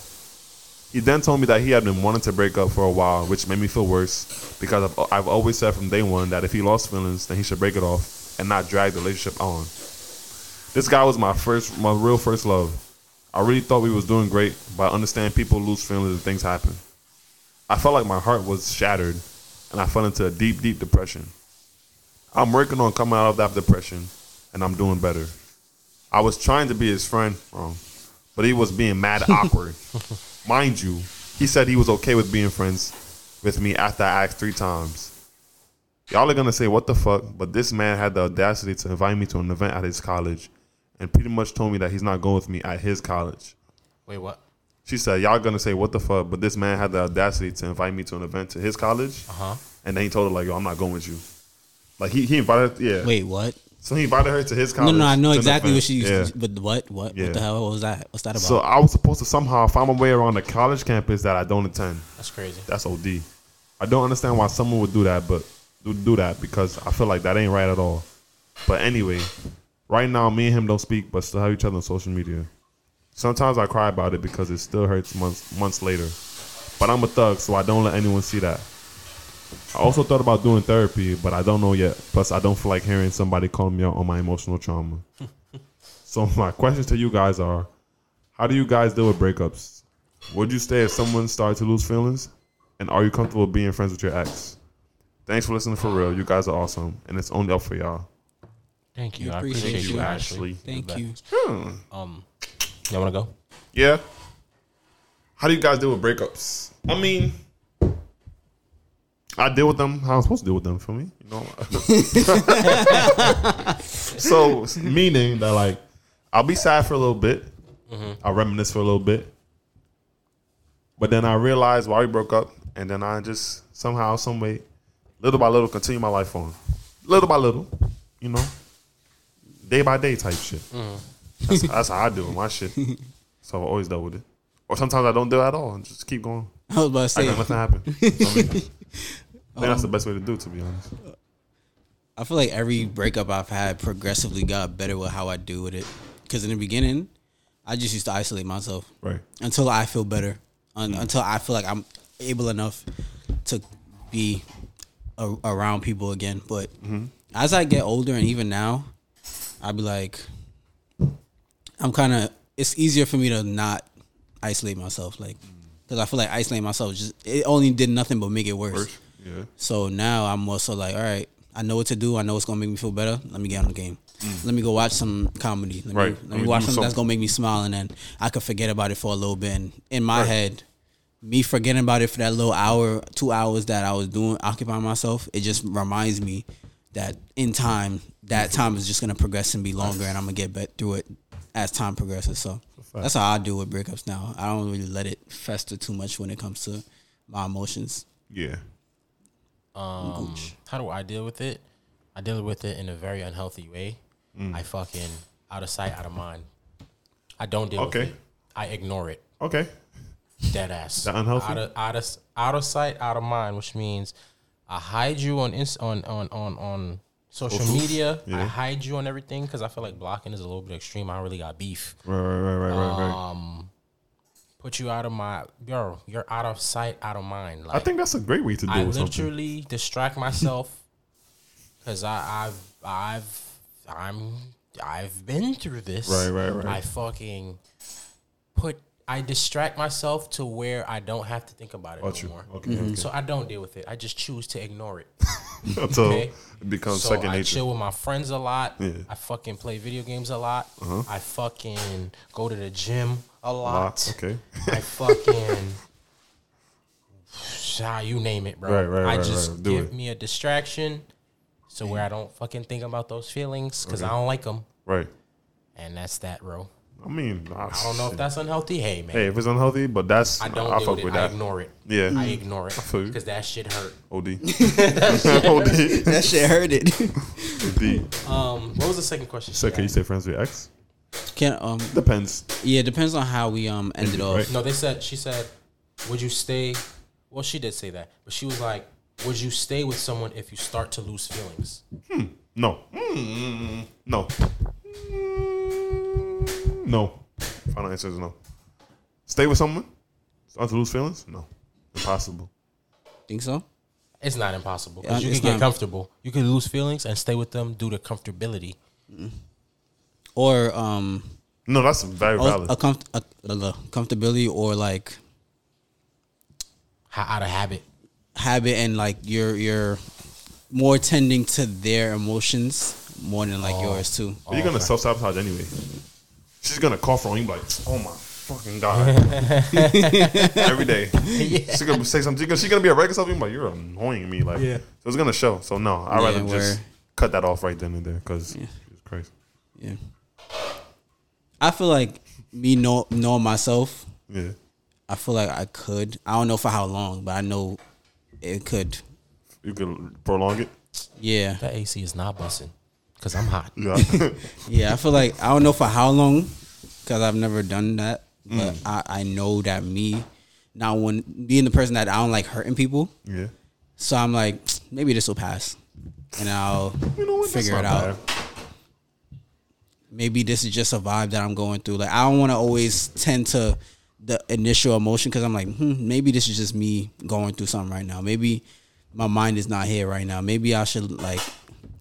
Speaker 4: He then told me that he had been wanting to break up for a while, which made me feel worse because I've, I've always said from day one that if he lost feelings, then he should break it off and not drag the relationship on. This guy was my first, my real first love. I really thought we was doing great, but I understand people lose feelings and things happen. I felt like my heart was shattered and I fell into a deep, deep depression. I'm working on coming out of that depression and I'm doing better. I was trying to be his friend, wrong, but he was being mad awkward. Mind you, he said he was okay with being friends with me after I asked three times. Y'all are gonna say what the fuck, but this man had the audacity to invite me to an event at his college, and pretty much told me that he's not going with me at his college.
Speaker 2: Wait, what?
Speaker 4: She said, "Y'all gonna say what the fuck?" But this man had the audacity to invite me to an event to his college,
Speaker 2: Uh-huh.
Speaker 4: and then he told her like, "Yo, I'm not going with you." Like he, he invited, yeah.
Speaker 3: Wait, what?
Speaker 4: So he invited her to his
Speaker 3: No,
Speaker 4: college.
Speaker 3: no, I know
Speaker 4: to an
Speaker 3: exactly what
Speaker 4: event.
Speaker 3: she used.
Speaker 4: Yeah.
Speaker 3: But what? What?
Speaker 4: Yeah.
Speaker 3: What the hell was that? What's that about?
Speaker 4: So I was supposed to somehow find my way around a college campus that I don't attend.
Speaker 2: That's crazy.
Speaker 4: That's OD. I don't understand why someone would do that, but do, do that because I feel like that ain't right at all. But anyway, right now me and him don't speak, but still have each other on social media. Sometimes I cry about it because it still hurts months months later. But I'm a thug, so I don't let anyone see that. I also thought about doing therapy, but I don't know yet. Plus, I don't feel like hearing somebody call me out on my emotional trauma. so my questions to you guys are: How do you guys deal with breakups? Would you stay if someone started to lose feelings? And are you comfortable being friends with your ex? Thanks for listening for real. You guys are awesome, and it's only up for y'all.
Speaker 2: Thank you.
Speaker 3: We
Speaker 2: I
Speaker 3: appreciate
Speaker 2: appreciate
Speaker 3: you,
Speaker 2: you, Ashley.
Speaker 3: Thank you.
Speaker 2: Um, y'all want to go?
Speaker 4: Yeah. How do you guys deal with breakups? I mean, I deal with them how I'm supposed to deal with them. For me, you know. so meaning that like I'll be sad for a little bit, I reminisce for a little bit, but then I realize why we broke up, and then I just somehow, some way, little by little, continue my life on, little by little, you know, day by day type shit. That's, that's how I do it, my shit. So I've always dealt with it. Or sometimes I don't deal at all and just keep going.
Speaker 3: I was about to
Speaker 4: I
Speaker 3: say.
Speaker 4: got nothing happen. You know what I mean? I think that's
Speaker 2: Um,
Speaker 4: the best way to do it, to be honest.
Speaker 3: I feel like every breakup I've had progressively got better with how I deal with it. Because in the beginning, I just used to isolate myself
Speaker 4: Right.
Speaker 3: until I feel better, un- until I feel like I'm able enough to be a- around people again. But as I get older, and even now, I'd be like, I'm kind of. It's easier for me to not isolate myself, like, because I feel like isolating myself just it only did nothing but make it worse.
Speaker 4: Yeah.
Speaker 3: So now I'm also like, all right, I know what to do. I know it's gonna make me feel better. Let me get on the game. Let me go watch some comedy. Let
Speaker 4: Mm. Right.
Speaker 3: me,
Speaker 4: Let
Speaker 3: let me
Speaker 4: me
Speaker 3: watch
Speaker 4: do
Speaker 3: something that's
Speaker 4: something.
Speaker 3: gonna make me smile, and then I could forget about it for a little bit. And in my head, me forgetting about it for that little hour, two hours that I was doing occupying myself, it just reminds me that in time, that time is just gonna progress and be longer, and I'm gonna get bet through it as time progresses. So that's how I deal with breakups now. I don't really let it fester too much when it comes to my emotions.
Speaker 4: Yeah.
Speaker 2: Um, how do I deal with it? I deal with it in a very unhealthy way. I fucking out of sight, out of mind. I don't deal
Speaker 4: Okay.
Speaker 2: with it. I ignore it.
Speaker 4: Okay.
Speaker 2: Dead ass.
Speaker 4: That unhealthy?
Speaker 2: Out of, out of out of sight, out of mind, which means I hide you on ins- on on on on social
Speaker 4: Social?
Speaker 2: media. I
Speaker 4: Yeah.
Speaker 2: hide you on everything because I feel like blocking is a little bit extreme. I don't really got beef.
Speaker 4: Right, right, right, right, right, right.
Speaker 2: Um, Put you out of my yo. You're out of sight, out of mind. Like,
Speaker 4: I think that's a great way to deal
Speaker 2: I
Speaker 4: with something.
Speaker 2: literally distract myself because I I've I've I'm I've been through this.
Speaker 4: Right, right, right.
Speaker 2: I fucking put I distract myself to where I don't have to think about it
Speaker 4: Got you.
Speaker 2: anymore.
Speaker 4: Okay, okay.
Speaker 2: So I don't deal with it. I just choose to ignore it.
Speaker 4: Until
Speaker 2: okay.
Speaker 4: it becomes
Speaker 2: so
Speaker 4: second
Speaker 2: I
Speaker 4: nature.
Speaker 2: chill with my friends a lot.
Speaker 4: Yeah. Uh-huh.
Speaker 2: I fucking play video games a lot. I fucking go to the gym a lot.
Speaker 4: Lots. Okay.
Speaker 2: I fucking ah, you name it, bro.
Speaker 4: Right, right,
Speaker 2: I
Speaker 4: right,
Speaker 2: just
Speaker 4: right. Do
Speaker 2: give
Speaker 4: it.
Speaker 2: me a distraction so where I don't fucking think about those feelings because I don't like them,
Speaker 4: Right.
Speaker 2: and that's that, bro.
Speaker 4: I mean, I,
Speaker 2: I don't know if that's unhealthy. Hey, man,
Speaker 4: Hey, if it's unhealthy, but that's
Speaker 2: I
Speaker 4: I
Speaker 2: don't
Speaker 4: I
Speaker 2: deal
Speaker 4: fuck
Speaker 2: with it.
Speaker 4: with
Speaker 2: I
Speaker 4: that.
Speaker 2: ignore it.
Speaker 4: Yeah.
Speaker 2: I ignore it
Speaker 4: feel you.
Speaker 2: because that shit hurt.
Speaker 4: OD. OD.
Speaker 3: That shit hurt it.
Speaker 4: OD.
Speaker 2: Um, what was the second question? she
Speaker 4: So can you
Speaker 2: asked?
Speaker 4: stay friends with your ex?
Speaker 3: Can um
Speaker 4: Depends.
Speaker 3: yeah, it depends on how we um ended off.
Speaker 4: Right.
Speaker 2: No, they said she said, "Would you stay?" Well, she did say that, but she was like, "Would you stay with someone if you start to lose feelings?"
Speaker 4: No. Mm, No. Mm, No. Final answer is no. Stay with someone? Start to lose feelings? No. Impossible.
Speaker 3: Think so?
Speaker 2: It's not impossible. 'cause
Speaker 3: Yeah,
Speaker 2: you
Speaker 3: it's
Speaker 2: can get
Speaker 3: not.
Speaker 2: comfortable. You can lose feelings and stay with them due to comfortability.
Speaker 3: Or um
Speaker 4: No, that's
Speaker 3: Oh,
Speaker 4: very valid.
Speaker 3: a, comf- a, a comfortability or like
Speaker 2: How out of habit.
Speaker 3: habit and like you're you're more tending to their emotions more than
Speaker 4: Oh.
Speaker 3: like yours too.
Speaker 4: But you're gonna self sabotage anyway. She's gonna cough wrong. You be like, oh my fucking god, every day. She's gonna say something. She's gonna, she gonna be a regular self. You be like, you're annoying me. Like,
Speaker 2: Yeah.
Speaker 4: so it's gonna show. So no, I'd
Speaker 3: Yeah,
Speaker 4: rather
Speaker 3: where-
Speaker 4: just cut that off right then and there because it's crazy.
Speaker 3: Yeah. I feel like me know knowing myself,
Speaker 4: Yeah,
Speaker 3: I feel like I could. I don't know for how long, but I know it could.
Speaker 4: you can prolong it.
Speaker 3: Yeah.
Speaker 2: That AC is not busting because I'm hot.
Speaker 4: Yeah,
Speaker 3: Yeah, I feel like I don't know for how long because I've never done that, but I, I know that me not one being the person that I don't like hurting people,
Speaker 4: yeah.
Speaker 3: so I'm like maybe this will pass, and I'll
Speaker 4: You know what? That's
Speaker 3: figure it out.
Speaker 4: not bad.
Speaker 3: Maybe this is just a vibe that I'm going through. Like I don't want to always tend to the initial emotion because I'm like hmm, maybe this is just me going through something right now. Maybe my mind is not here right now. Maybe I should like.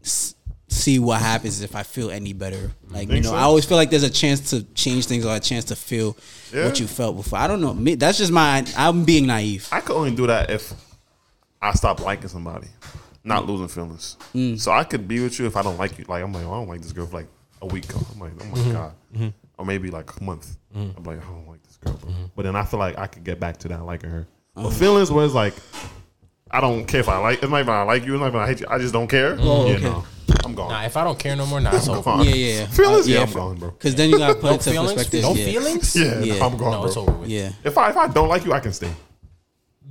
Speaker 3: s- See what happens if I feel any better. Like you
Speaker 4: Mm-hmm. Think
Speaker 3: know,
Speaker 4: so?
Speaker 3: I always feel like there's a chance to change things or a chance to feel what
Speaker 4: Yeah.
Speaker 3: you felt before. I don't know. Me, that's just my. I'm being naive.
Speaker 4: I could only do that if I stop liking somebody, not losing feelings. So I could be with you if I don't like you. Like I'm like, oh, I don't like this girl for like a week. I'm like, oh my god, or maybe like a month. I'm like, I don't like this girl. Bro. But then I feel like I could get back to that liking her. But feelings was like, I don't care if I like. It's not even I like you. It's not even I hate you. I just don't care.
Speaker 3: Oh,
Speaker 4: you
Speaker 3: okay.
Speaker 4: know, I'm gone.
Speaker 2: Nah, if I don't care no more, nah, it's
Speaker 4: I'm
Speaker 2: over.
Speaker 4: gone.
Speaker 3: Yeah, yeah, yeah.
Speaker 4: Feelings,
Speaker 3: Uh, yeah,
Speaker 4: yeah, I'm
Speaker 3: f-
Speaker 4: gone, bro.
Speaker 3: Because then you gotta put
Speaker 2: No
Speaker 3: into
Speaker 2: feelings?
Speaker 3: perspective.
Speaker 2: No
Speaker 3: yeah.
Speaker 2: feelings?
Speaker 4: Yeah,
Speaker 3: Yeah.
Speaker 4: I'm gone,
Speaker 2: No,
Speaker 4: bro.
Speaker 2: it's over with.
Speaker 3: Yeah.
Speaker 4: If I if I don't like you, I can stay.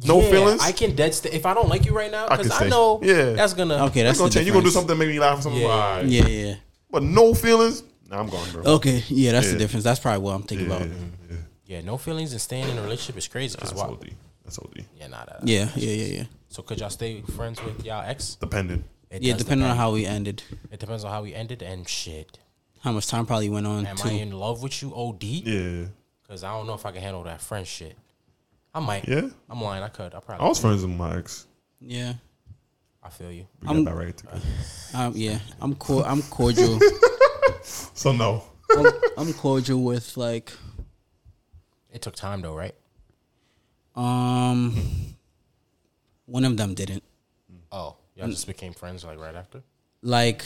Speaker 4: No
Speaker 2: Yeah,
Speaker 4: feelings.
Speaker 2: I can dead stay. If I don't like you right now,
Speaker 4: I
Speaker 2: because
Speaker 4: can
Speaker 2: I,
Speaker 4: stay.
Speaker 2: know
Speaker 4: Yeah.
Speaker 2: that's gonna.
Speaker 3: Okay, that's
Speaker 4: It's gonna
Speaker 3: the
Speaker 4: change. You gonna do
Speaker 3: difference.
Speaker 4: something that make me laugh or something?
Speaker 2: Yeah.
Speaker 4: All right.
Speaker 3: Yeah, yeah.
Speaker 4: But no feelings. Nah, I'm gone, bro.
Speaker 3: Okay, yeah, that's the
Speaker 4: Yeah.
Speaker 3: difference. That's probably what I'm thinking
Speaker 4: Yeah,
Speaker 3: about.
Speaker 4: yeah.
Speaker 2: Yeah, no feelings and staying in a relationship is crazy. Cause
Speaker 4: That's
Speaker 2: why?
Speaker 4: OD. That's OD.
Speaker 2: Yeah, nah, nah, nah.
Speaker 3: Yeah, yeah, yeah, yeah.
Speaker 2: So could y'all stay friends with y'all ex?
Speaker 4: Dependent.
Speaker 2: It
Speaker 3: Yeah,
Speaker 2: does
Speaker 3: depending on
Speaker 2: depend.
Speaker 3: how we ended,
Speaker 2: It depends on how we ended and shit.
Speaker 3: how much time probably went on
Speaker 2: Am I
Speaker 3: too.
Speaker 2: in love with you, OD?
Speaker 4: Yeah.
Speaker 2: Because I don't know if I can handle that friend shit. I might.
Speaker 4: Yeah.
Speaker 2: I'm lying. I could. I
Speaker 4: I
Speaker 2: probably.
Speaker 4: was friends with my ex.
Speaker 3: Yeah,
Speaker 2: I feel you.
Speaker 4: We got
Speaker 3: I'm-
Speaker 4: that right together.
Speaker 3: um, yeah. I'm cool. I'm cordial.
Speaker 4: So no.
Speaker 3: I'm, I'm cordial with like,
Speaker 2: It took time though, right?
Speaker 3: um, one of them didn't.
Speaker 2: Oh,
Speaker 4: Mm.
Speaker 2: y'all just became friends like right after.
Speaker 3: Like,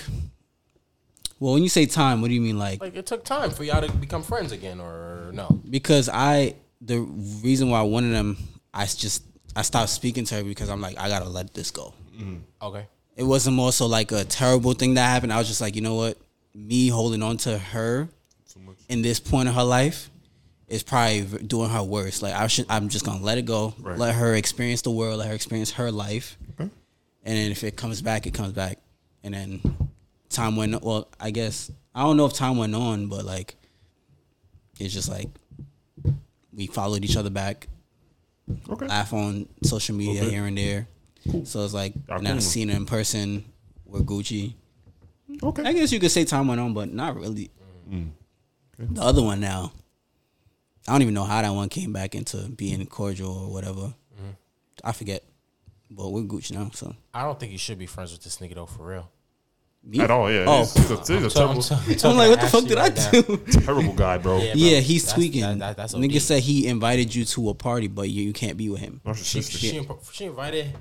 Speaker 3: well, when you say time, what do you mean? Like,
Speaker 2: Like it took time for y'all to become friends again, or no?
Speaker 3: because I the reason why one of them I s- just I stopped speaking to her because I'm like I gotta let this go.
Speaker 2: Okay.
Speaker 3: It wasn't more so like a terrible thing that happened. I was just like you know what, me holding on to her in this point of her life is probably v- doing her worst. Like I should I'm just gonna let it go,
Speaker 4: Right.
Speaker 3: let her experience the world, let her experience her life, and then if it comes back, it comes back. And then time went well. I guess I don't know if time went on, but like it's just like we followed each other back,
Speaker 4: Okay.
Speaker 3: laugh on social media
Speaker 4: Okay.
Speaker 3: here and there. So it's like
Speaker 4: Y'all
Speaker 3: now
Speaker 4: cool.
Speaker 3: seen her in person. We're Gucci. I
Speaker 4: Okay.
Speaker 3: guess you could say time went on, but not really.
Speaker 4: Mm.
Speaker 3: The other one now, I don't even know how that one came back into being cordial or whatever.
Speaker 4: Mm-hmm.
Speaker 3: I forget, but we're Gucci now. So
Speaker 2: I don't think you should be friends with this nigga though, for real.
Speaker 3: me?
Speaker 4: At all, yeah.
Speaker 3: Oh.
Speaker 4: He's, he's a, he's a
Speaker 2: So I'm,
Speaker 4: terrible,
Speaker 2: so-
Speaker 3: I'm
Speaker 2: talking
Speaker 3: like, what the
Speaker 2: to
Speaker 3: fuck
Speaker 2: Ashley
Speaker 3: did I
Speaker 2: right now.
Speaker 3: do?
Speaker 4: terrible guy, bro.
Speaker 2: Yeah.
Speaker 3: Yeah, he's
Speaker 2: That's-
Speaker 3: tweaking.
Speaker 2: that- that- that's
Speaker 3: Nigga
Speaker 2: OD.
Speaker 3: said he invited you to a party, but you, you can't be with him.
Speaker 2: She,
Speaker 4: Narcissistic.
Speaker 2: she, imp- she invited.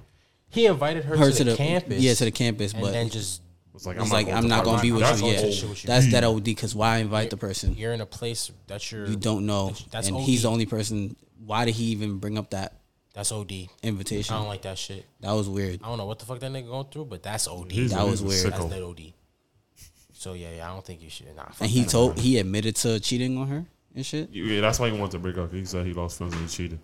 Speaker 2: He invited her,
Speaker 3: Her
Speaker 2: to, the, campus.
Speaker 3: yeah to the campus,
Speaker 2: and
Speaker 3: but
Speaker 2: then just
Speaker 4: was like,
Speaker 3: it's like
Speaker 2: "Oh,
Speaker 4: going
Speaker 3: I'm
Speaker 4: to
Speaker 3: not
Speaker 4: party.
Speaker 3: gonna be with
Speaker 4: That's
Speaker 3: you.
Speaker 4: old.
Speaker 3: Yeah,
Speaker 2: shit with you.
Speaker 3: that's that
Speaker 4: Hmm.
Speaker 3: OD. Because why invite the person?
Speaker 2: you're in a place that you're
Speaker 3: You don't know,
Speaker 2: That's
Speaker 3: and
Speaker 2: OD.
Speaker 3: he's the only person. Why did he even bring up that
Speaker 2: That's OD. I
Speaker 3: invitation?
Speaker 2: don't like that shit.
Speaker 3: that was weird.
Speaker 2: I don't know what the fuck that nigga going through, but that's OD.
Speaker 4: He's a-
Speaker 3: That was
Speaker 4: he's a
Speaker 3: weird.
Speaker 2: That's that
Speaker 4: sicko.
Speaker 2: OD. So yeah, yeah, I don't think you should. Nah, fuck
Speaker 3: And he
Speaker 2: that.
Speaker 3: told he admitted to cheating on her and shit.
Speaker 4: Yeah, that's why he wanted to break up. He said he lost friends and he cheated.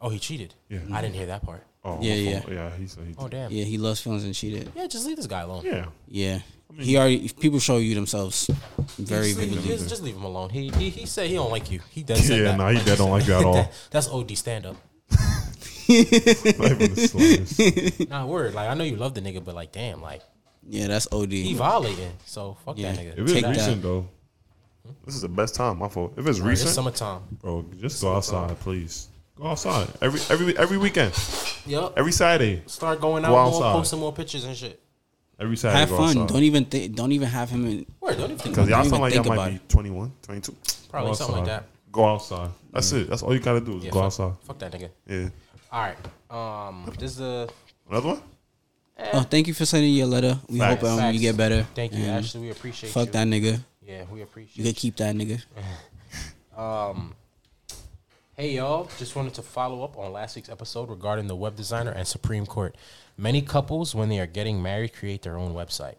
Speaker 2: Oh, he cheated.
Speaker 4: Yeah.
Speaker 2: I didn't hear that part.
Speaker 4: Oh,
Speaker 3: Yeah,
Speaker 4: my
Speaker 3: yeah.
Speaker 4: fault. yeah. He said he.
Speaker 2: Oh damn. Yeah,
Speaker 3: Yeah, he lost feelings and cheated.
Speaker 2: just leave this guy alone.
Speaker 4: Yeah.
Speaker 3: Yeah, he already people show you themselves very
Speaker 2: just leave,
Speaker 3: vividly.
Speaker 2: just, just leave him alone. He he, he said he don't like you. He does. say
Speaker 4: Yeah,
Speaker 2: that.
Speaker 4: nah, he dead don't like you at all.
Speaker 2: That- that's OD stand up.
Speaker 4: Not even the slightest.
Speaker 2: Not word. Like I know you love the nigga, but like damn, like
Speaker 3: Yeah, that's OD.
Speaker 2: he violating. So fuck
Speaker 3: Yeah.
Speaker 2: that nigga.
Speaker 4: If it's
Speaker 3: Take that.
Speaker 4: recent though, this is the best time. My fault. If it's
Speaker 2: Bro, It's
Speaker 4: recent,
Speaker 2: summertime.
Speaker 4: bro, just go outside, please. Go outside every every every weekend,
Speaker 2: Yep.
Speaker 4: every Saturday,
Speaker 2: Start going out
Speaker 4: Go
Speaker 2: more,
Speaker 4: outside.
Speaker 2: posting more pictures and shit.
Speaker 4: every Saturday.
Speaker 3: Have
Speaker 4: go
Speaker 3: fun.
Speaker 4: outside.
Speaker 3: Don't even think. Don't even have him in.
Speaker 2: Word, don't even think
Speaker 4: Cause
Speaker 2: about
Speaker 4: y'all
Speaker 3: even
Speaker 4: sound like y'all
Speaker 3: think about
Speaker 4: might be 21, 22.
Speaker 2: Probably
Speaker 4: Go
Speaker 2: something like
Speaker 4: outside.
Speaker 2: that.
Speaker 4: Go outside. That's it. That's all you gotta do is
Speaker 2: Yeah,
Speaker 4: go
Speaker 2: fuck-
Speaker 4: outside.
Speaker 2: Fuck that nigga.
Speaker 4: Yeah.
Speaker 2: All right. Um, this is the
Speaker 4: Another one?
Speaker 2: eh,
Speaker 3: Oh, thank you for sending your letter. We
Speaker 4: Facts.
Speaker 3: hope um, you
Speaker 2: Facts.
Speaker 3: get better.
Speaker 2: Thank you,
Speaker 3: And
Speaker 2: Ashley. We appreciate
Speaker 3: Fuck
Speaker 2: you.
Speaker 3: that nigga.
Speaker 2: Yeah, we
Speaker 3: You
Speaker 2: appreciate
Speaker 3: could keep that nigga.
Speaker 2: Hey y'all, just wanted to follow up on last week's episode regarding the web designer and Supreme Court. Many couples, when they are getting married, create their own website.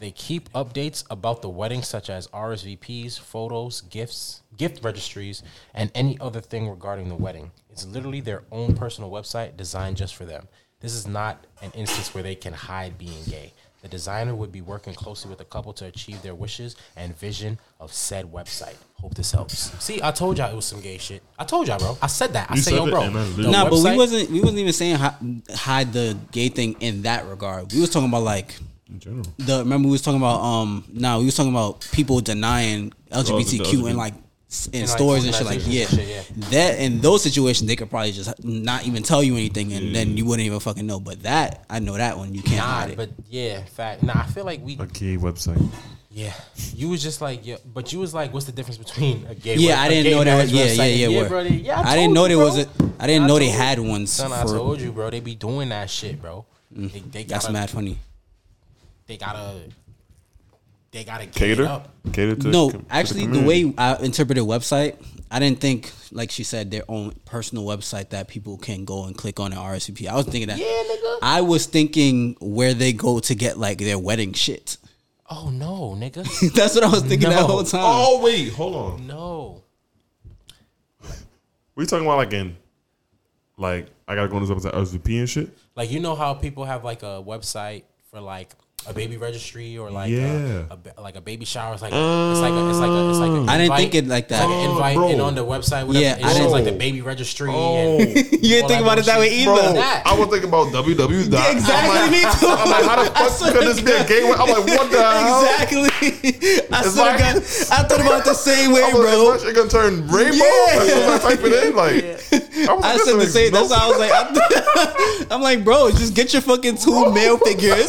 Speaker 2: They keep updates about the wedding, such as RSVPs, photos, gifts, gift registries, and any other thing regarding the wedding. It's literally their own personal website designed just for them. This is not an instance where they can hide being gay. The designer would be working closely with the couple to achieve their wishes and vision of said website. Hope this helps. See, I told y'all it was some gay shit. I told y'all, bro. I said that. I
Speaker 4: You
Speaker 2: said,
Speaker 4: said
Speaker 2: yo,
Speaker 4: it,
Speaker 2: bro.
Speaker 4: and I
Speaker 2: the
Speaker 4: The
Speaker 3: nah, but we
Speaker 2: website-
Speaker 3: wasn't we wasn't even saying hi- hide the gay thing in that regard. We was talking about like
Speaker 4: In general.
Speaker 3: the remember we was talking about um no we was talking about people denying LGBTQ
Speaker 4: LGBT.
Speaker 3: in like s- in
Speaker 2: like,
Speaker 3: stores and shit like yeah.
Speaker 2: organizations and shit,
Speaker 3: that in those situations they could probably just not even tell you anything and then you wouldn't even fucking know. But that I know that one you can't
Speaker 2: Nah,
Speaker 3: hide it.
Speaker 2: but yeah, fact. Nah, I feel like we
Speaker 4: A gay website.
Speaker 2: Yeah, you was just like, yeah, but you was like, what's the difference between a gay?
Speaker 3: yeah, I
Speaker 2: a
Speaker 3: didn't
Speaker 2: gay
Speaker 3: know that.
Speaker 2: marriage
Speaker 3: Yeah,
Speaker 2: website
Speaker 3: yeah,
Speaker 2: and
Speaker 3: yeah.
Speaker 2: yeah,
Speaker 3: word.
Speaker 2: brother. Yeah,
Speaker 3: I, didn't know
Speaker 2: told you,
Speaker 3: there was a.
Speaker 2: bro.
Speaker 3: I didn't
Speaker 2: I
Speaker 3: know they
Speaker 2: told you.
Speaker 3: had one. s-
Speaker 2: Son, I
Speaker 3: for- Mm.
Speaker 2: told you, bro. They be doing that shit, bro. They, they
Speaker 3: that's
Speaker 2: gotta,
Speaker 3: mad funny.
Speaker 2: They gotta, they gotta get It
Speaker 4: Cater.
Speaker 2: up.
Speaker 4: Cater to
Speaker 3: no,
Speaker 4: to the
Speaker 3: actually, the
Speaker 4: community.
Speaker 3: way I interpreted website, I didn't think like she said their own personal website that people can go and click on an RSVP. I was thinking that.
Speaker 2: Yeah, nigga.
Speaker 3: I was thinking where they go to get like their wedding shit.
Speaker 2: Oh no, nigga.
Speaker 3: That's what I was thinking
Speaker 2: No.
Speaker 3: that whole time.
Speaker 4: Oh wait, hold on.
Speaker 2: no.
Speaker 4: We talking about like in, like I gotta go on this website RSVP and shit.
Speaker 2: Like you know how people have like a website for like a baby registry or like
Speaker 4: Yeah.
Speaker 2: a, a ba- like a baby shower. It's like it's like a, it's like a, it's like a
Speaker 3: I didn't
Speaker 2: invite-
Speaker 3: think it like
Speaker 2: It's like
Speaker 3: that.
Speaker 2: an
Speaker 4: Oh,
Speaker 2: invite
Speaker 4: bro.
Speaker 2: and on the website, whatever. Yeah,
Speaker 3: Yeah, I
Speaker 2: it's just
Speaker 4: didn't-
Speaker 2: like the baby registry.
Speaker 4: Oh.
Speaker 2: and
Speaker 3: you didn't think about it that way
Speaker 4: Bro,
Speaker 3: either.
Speaker 2: that.
Speaker 4: I was thinking about www. dot-
Speaker 3: Exactly,
Speaker 4: I'm like,
Speaker 3: me too.
Speaker 4: I'm like, how the fuck could this be a gay? we- I'm like, what the hell?
Speaker 3: Exactly. I, swear
Speaker 4: It's
Speaker 3: to
Speaker 4: like-
Speaker 3: God, I thought about it the same way,
Speaker 4: I was
Speaker 3: bro.
Speaker 4: like, is my shit gonna turn rainbow?
Speaker 3: Yeah.
Speaker 4: Like, when I type it in, like, I, was
Speaker 3: I
Speaker 4: like,
Speaker 3: said the
Speaker 4: this
Speaker 3: same. That's
Speaker 4: nigga's dope.
Speaker 3: why I was like, I'm, I'm like, bro, just get your fucking two male figures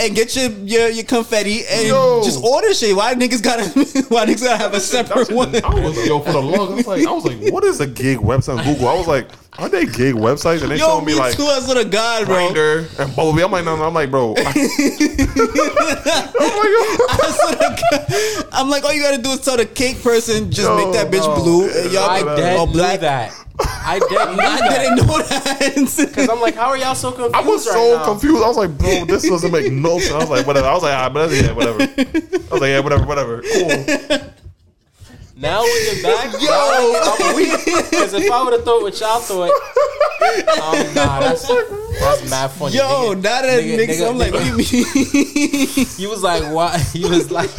Speaker 3: and get your your, your confetti and
Speaker 4: Yo.
Speaker 3: just order shit. Why niggas gotta why niggas gotta have a separate one?
Speaker 4: I was yo for the long. I was like, I was like, what is a gig website on Google? I was like, are they gig websites? And they
Speaker 3: Yo,
Speaker 4: showed
Speaker 3: me
Speaker 4: me like
Speaker 3: too. I swear to God, bro.
Speaker 4: Grinder and Bumblebee. I'm like, no, no. I'm like, bro. oh my god.
Speaker 3: I swear to God. I'm like, all you gotta do is tell the cake person, just
Speaker 4: Yo,
Speaker 3: make that bitch
Speaker 4: no.
Speaker 3: blue and y'all
Speaker 2: I
Speaker 4: I
Speaker 3: make-
Speaker 2: dead
Speaker 3: or black.
Speaker 2: knew that. I dead knew
Speaker 3: Oh, I
Speaker 2: that.
Speaker 3: didn't know that.
Speaker 2: Cause I'm like, how are y'all so confused?
Speaker 4: I was
Speaker 2: right
Speaker 4: so
Speaker 2: now?
Speaker 4: confused. I was like, bro, this doesn't make no sense. I was like, whatever. I was like, ah, but that's- yeah, whatever. I was like, yeah, whatever, whatever. Cool.
Speaker 2: Now when you're back, yo, I'm weak. Cause if I would have thought what y'all thought, um, nah, that's that's mad funny.
Speaker 3: Yo,
Speaker 2: nigga.
Speaker 3: now that niggas, I'm like, what do you mean?
Speaker 2: you was like, why? You was like,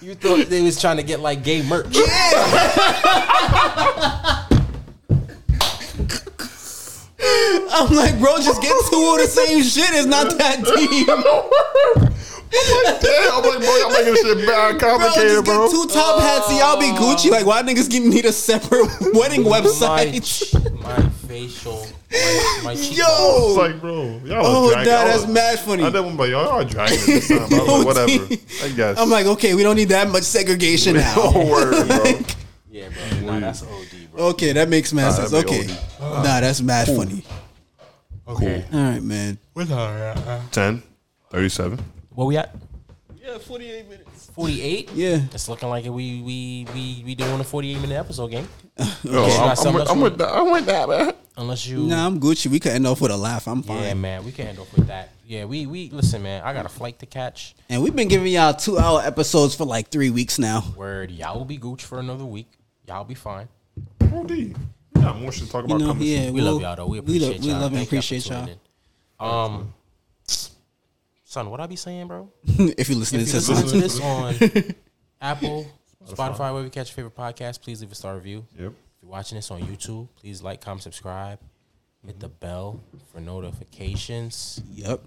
Speaker 2: you thought they was trying to get like gay merch.
Speaker 3: I'm like, bro, just get two of the same shit. It's not that deep.
Speaker 4: Damn, I'm like, bro, y'all making this shit bad
Speaker 3: Bro,
Speaker 4: complicated,
Speaker 3: just
Speaker 4: bro.
Speaker 3: get two top hats and y'all be Gucci. Like, why niggas give- need a separate wedding
Speaker 2: My,
Speaker 3: website?
Speaker 2: my facial, my, my cheekbones.
Speaker 4: It's
Speaker 3: Yo.
Speaker 4: like, bro, y'all
Speaker 3: Oh,
Speaker 4: are
Speaker 3: nah,
Speaker 4: dragging. I
Speaker 3: that's
Speaker 4: was-
Speaker 3: mad funny.
Speaker 4: I didn't want to y'all are dragging this time. I was
Speaker 3: Yo,
Speaker 4: like, whatever.
Speaker 3: T.
Speaker 4: I guess.
Speaker 3: I'm like, okay, we don't need that much segregation now.
Speaker 4: oh, word, bro.
Speaker 2: Yeah, bro. Nah, that's OD, bro.
Speaker 3: Okay, that makes mad sense.
Speaker 4: that'd be
Speaker 3: Okay. Nah, that's mad funny.
Speaker 4: Okay.
Speaker 3: All right, man.
Speaker 5: What's
Speaker 2: uh-huh.
Speaker 5: up?
Speaker 4: 10, 37.
Speaker 2: What we at?
Speaker 5: Yeah, 48 minutes.
Speaker 2: 48.
Speaker 3: Yeah.
Speaker 2: It's looking like we we we we doing a 48 minute episode game.
Speaker 4: Yo,
Speaker 2: You got
Speaker 4: Oh, I'm,
Speaker 2: something
Speaker 4: I'm, with,
Speaker 2: else
Speaker 4: I'm
Speaker 2: you-
Speaker 4: with that. I'm with that, man.
Speaker 2: Unless you
Speaker 3: Nah, I'm Gucci. We could end off with a laugh. I'm fine.
Speaker 2: Yeah, man, we can end up with that. Yeah, we we listen, man. I got a flight to catch.
Speaker 3: And we've been giving y'all two hour episodes for like three weeks now.
Speaker 2: Word, y'all will be gooch for another week. Y'all be fine.
Speaker 4: Bro, D. We got more shit to talk about
Speaker 3: You know,
Speaker 4: coming soon.
Speaker 3: yeah,
Speaker 2: We
Speaker 3: we'll-
Speaker 2: love y'all though. We
Speaker 3: lo-
Speaker 2: appreciate
Speaker 3: We
Speaker 2: y'all.
Speaker 3: love and
Speaker 2: Thank y'all for
Speaker 3: appreciate
Speaker 2: tuning in.
Speaker 3: y'all.
Speaker 2: Um, son, what I be saying, bro?
Speaker 3: if you're listening
Speaker 2: If you
Speaker 3: to this,
Speaker 2: listen to this on Apple, Spotify, wherever you catch your favorite podcast, please leave a star review.
Speaker 4: Yep.
Speaker 2: If you're watching this on YouTube, please like, comment, subscribe, hit the bell for notifications.
Speaker 3: yep,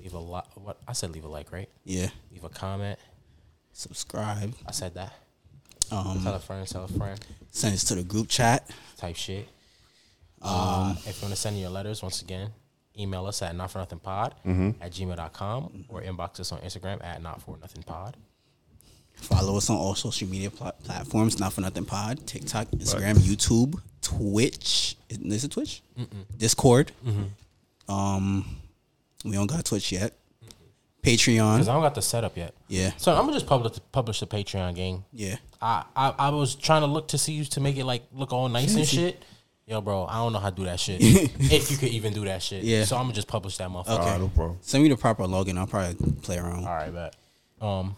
Speaker 2: Leave a lot. What I said, leave a like, right?
Speaker 3: yeah,
Speaker 2: Leave a comment.
Speaker 3: subscribe,
Speaker 2: I said that.
Speaker 3: um,
Speaker 2: Tell a friend. Tell a friend.
Speaker 3: send us to the group chat.
Speaker 2: type shit.
Speaker 3: Um,
Speaker 2: Uh, if you want to send in your letters, once again, email us at notfornothingpod
Speaker 3: Mm-hmm.
Speaker 2: at gmail.com or inbox us on Instagram at notfornothingpod.
Speaker 3: Follow us on all social media pla- platforms. Not for nothing pod, TikTok, Instagram, YouTube,
Speaker 2: Mm-hmm.
Speaker 3: Twitch. Is is it Twitch? Discord. Um, We don't got Twitch yet.
Speaker 2: Because I
Speaker 3: Patreon.
Speaker 2: don't got the setup yet.
Speaker 3: Yeah.
Speaker 2: So I'm gonna just publish publish the Patreon game.
Speaker 3: Yeah.
Speaker 2: I, I I was trying to look to see you to make it like look all nice and shit. Yo, bro, I don't know how to do that shit. if you could even do that shit.
Speaker 3: Yeah.
Speaker 2: So I'm gonna just publish that motherfucker.
Speaker 3: Okay.
Speaker 4: no problem.
Speaker 3: Send me the proper login. I'll probably play around.
Speaker 2: All right, bet. Um,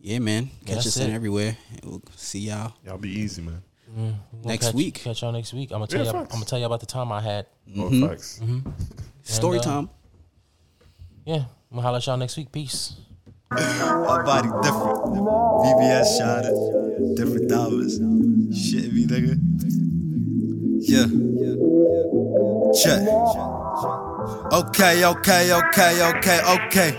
Speaker 3: Yeah, man. Catch
Speaker 2: that's
Speaker 3: us in
Speaker 2: it.
Speaker 3: everywhere. We'll see y'all
Speaker 4: Y'all be easy, man.
Speaker 2: we'll
Speaker 3: next
Speaker 2: catch-
Speaker 3: week.
Speaker 2: Catch y'all next week. I'm gonna tell
Speaker 4: Yeah,
Speaker 2: you. I'm
Speaker 4: facts.
Speaker 2: gonna tell you about the time I had.
Speaker 3: Mm-hmm.
Speaker 4: Oh, facts.
Speaker 3: Story
Speaker 2: uh,
Speaker 3: time.
Speaker 2: Yeah. I'm gonna holler at y'all next week. Peace.
Speaker 1: My body different. VBS shot it. Different dollars. Shit me, nigga. Yeah. Check. Okay, okay, okay, okay, okay.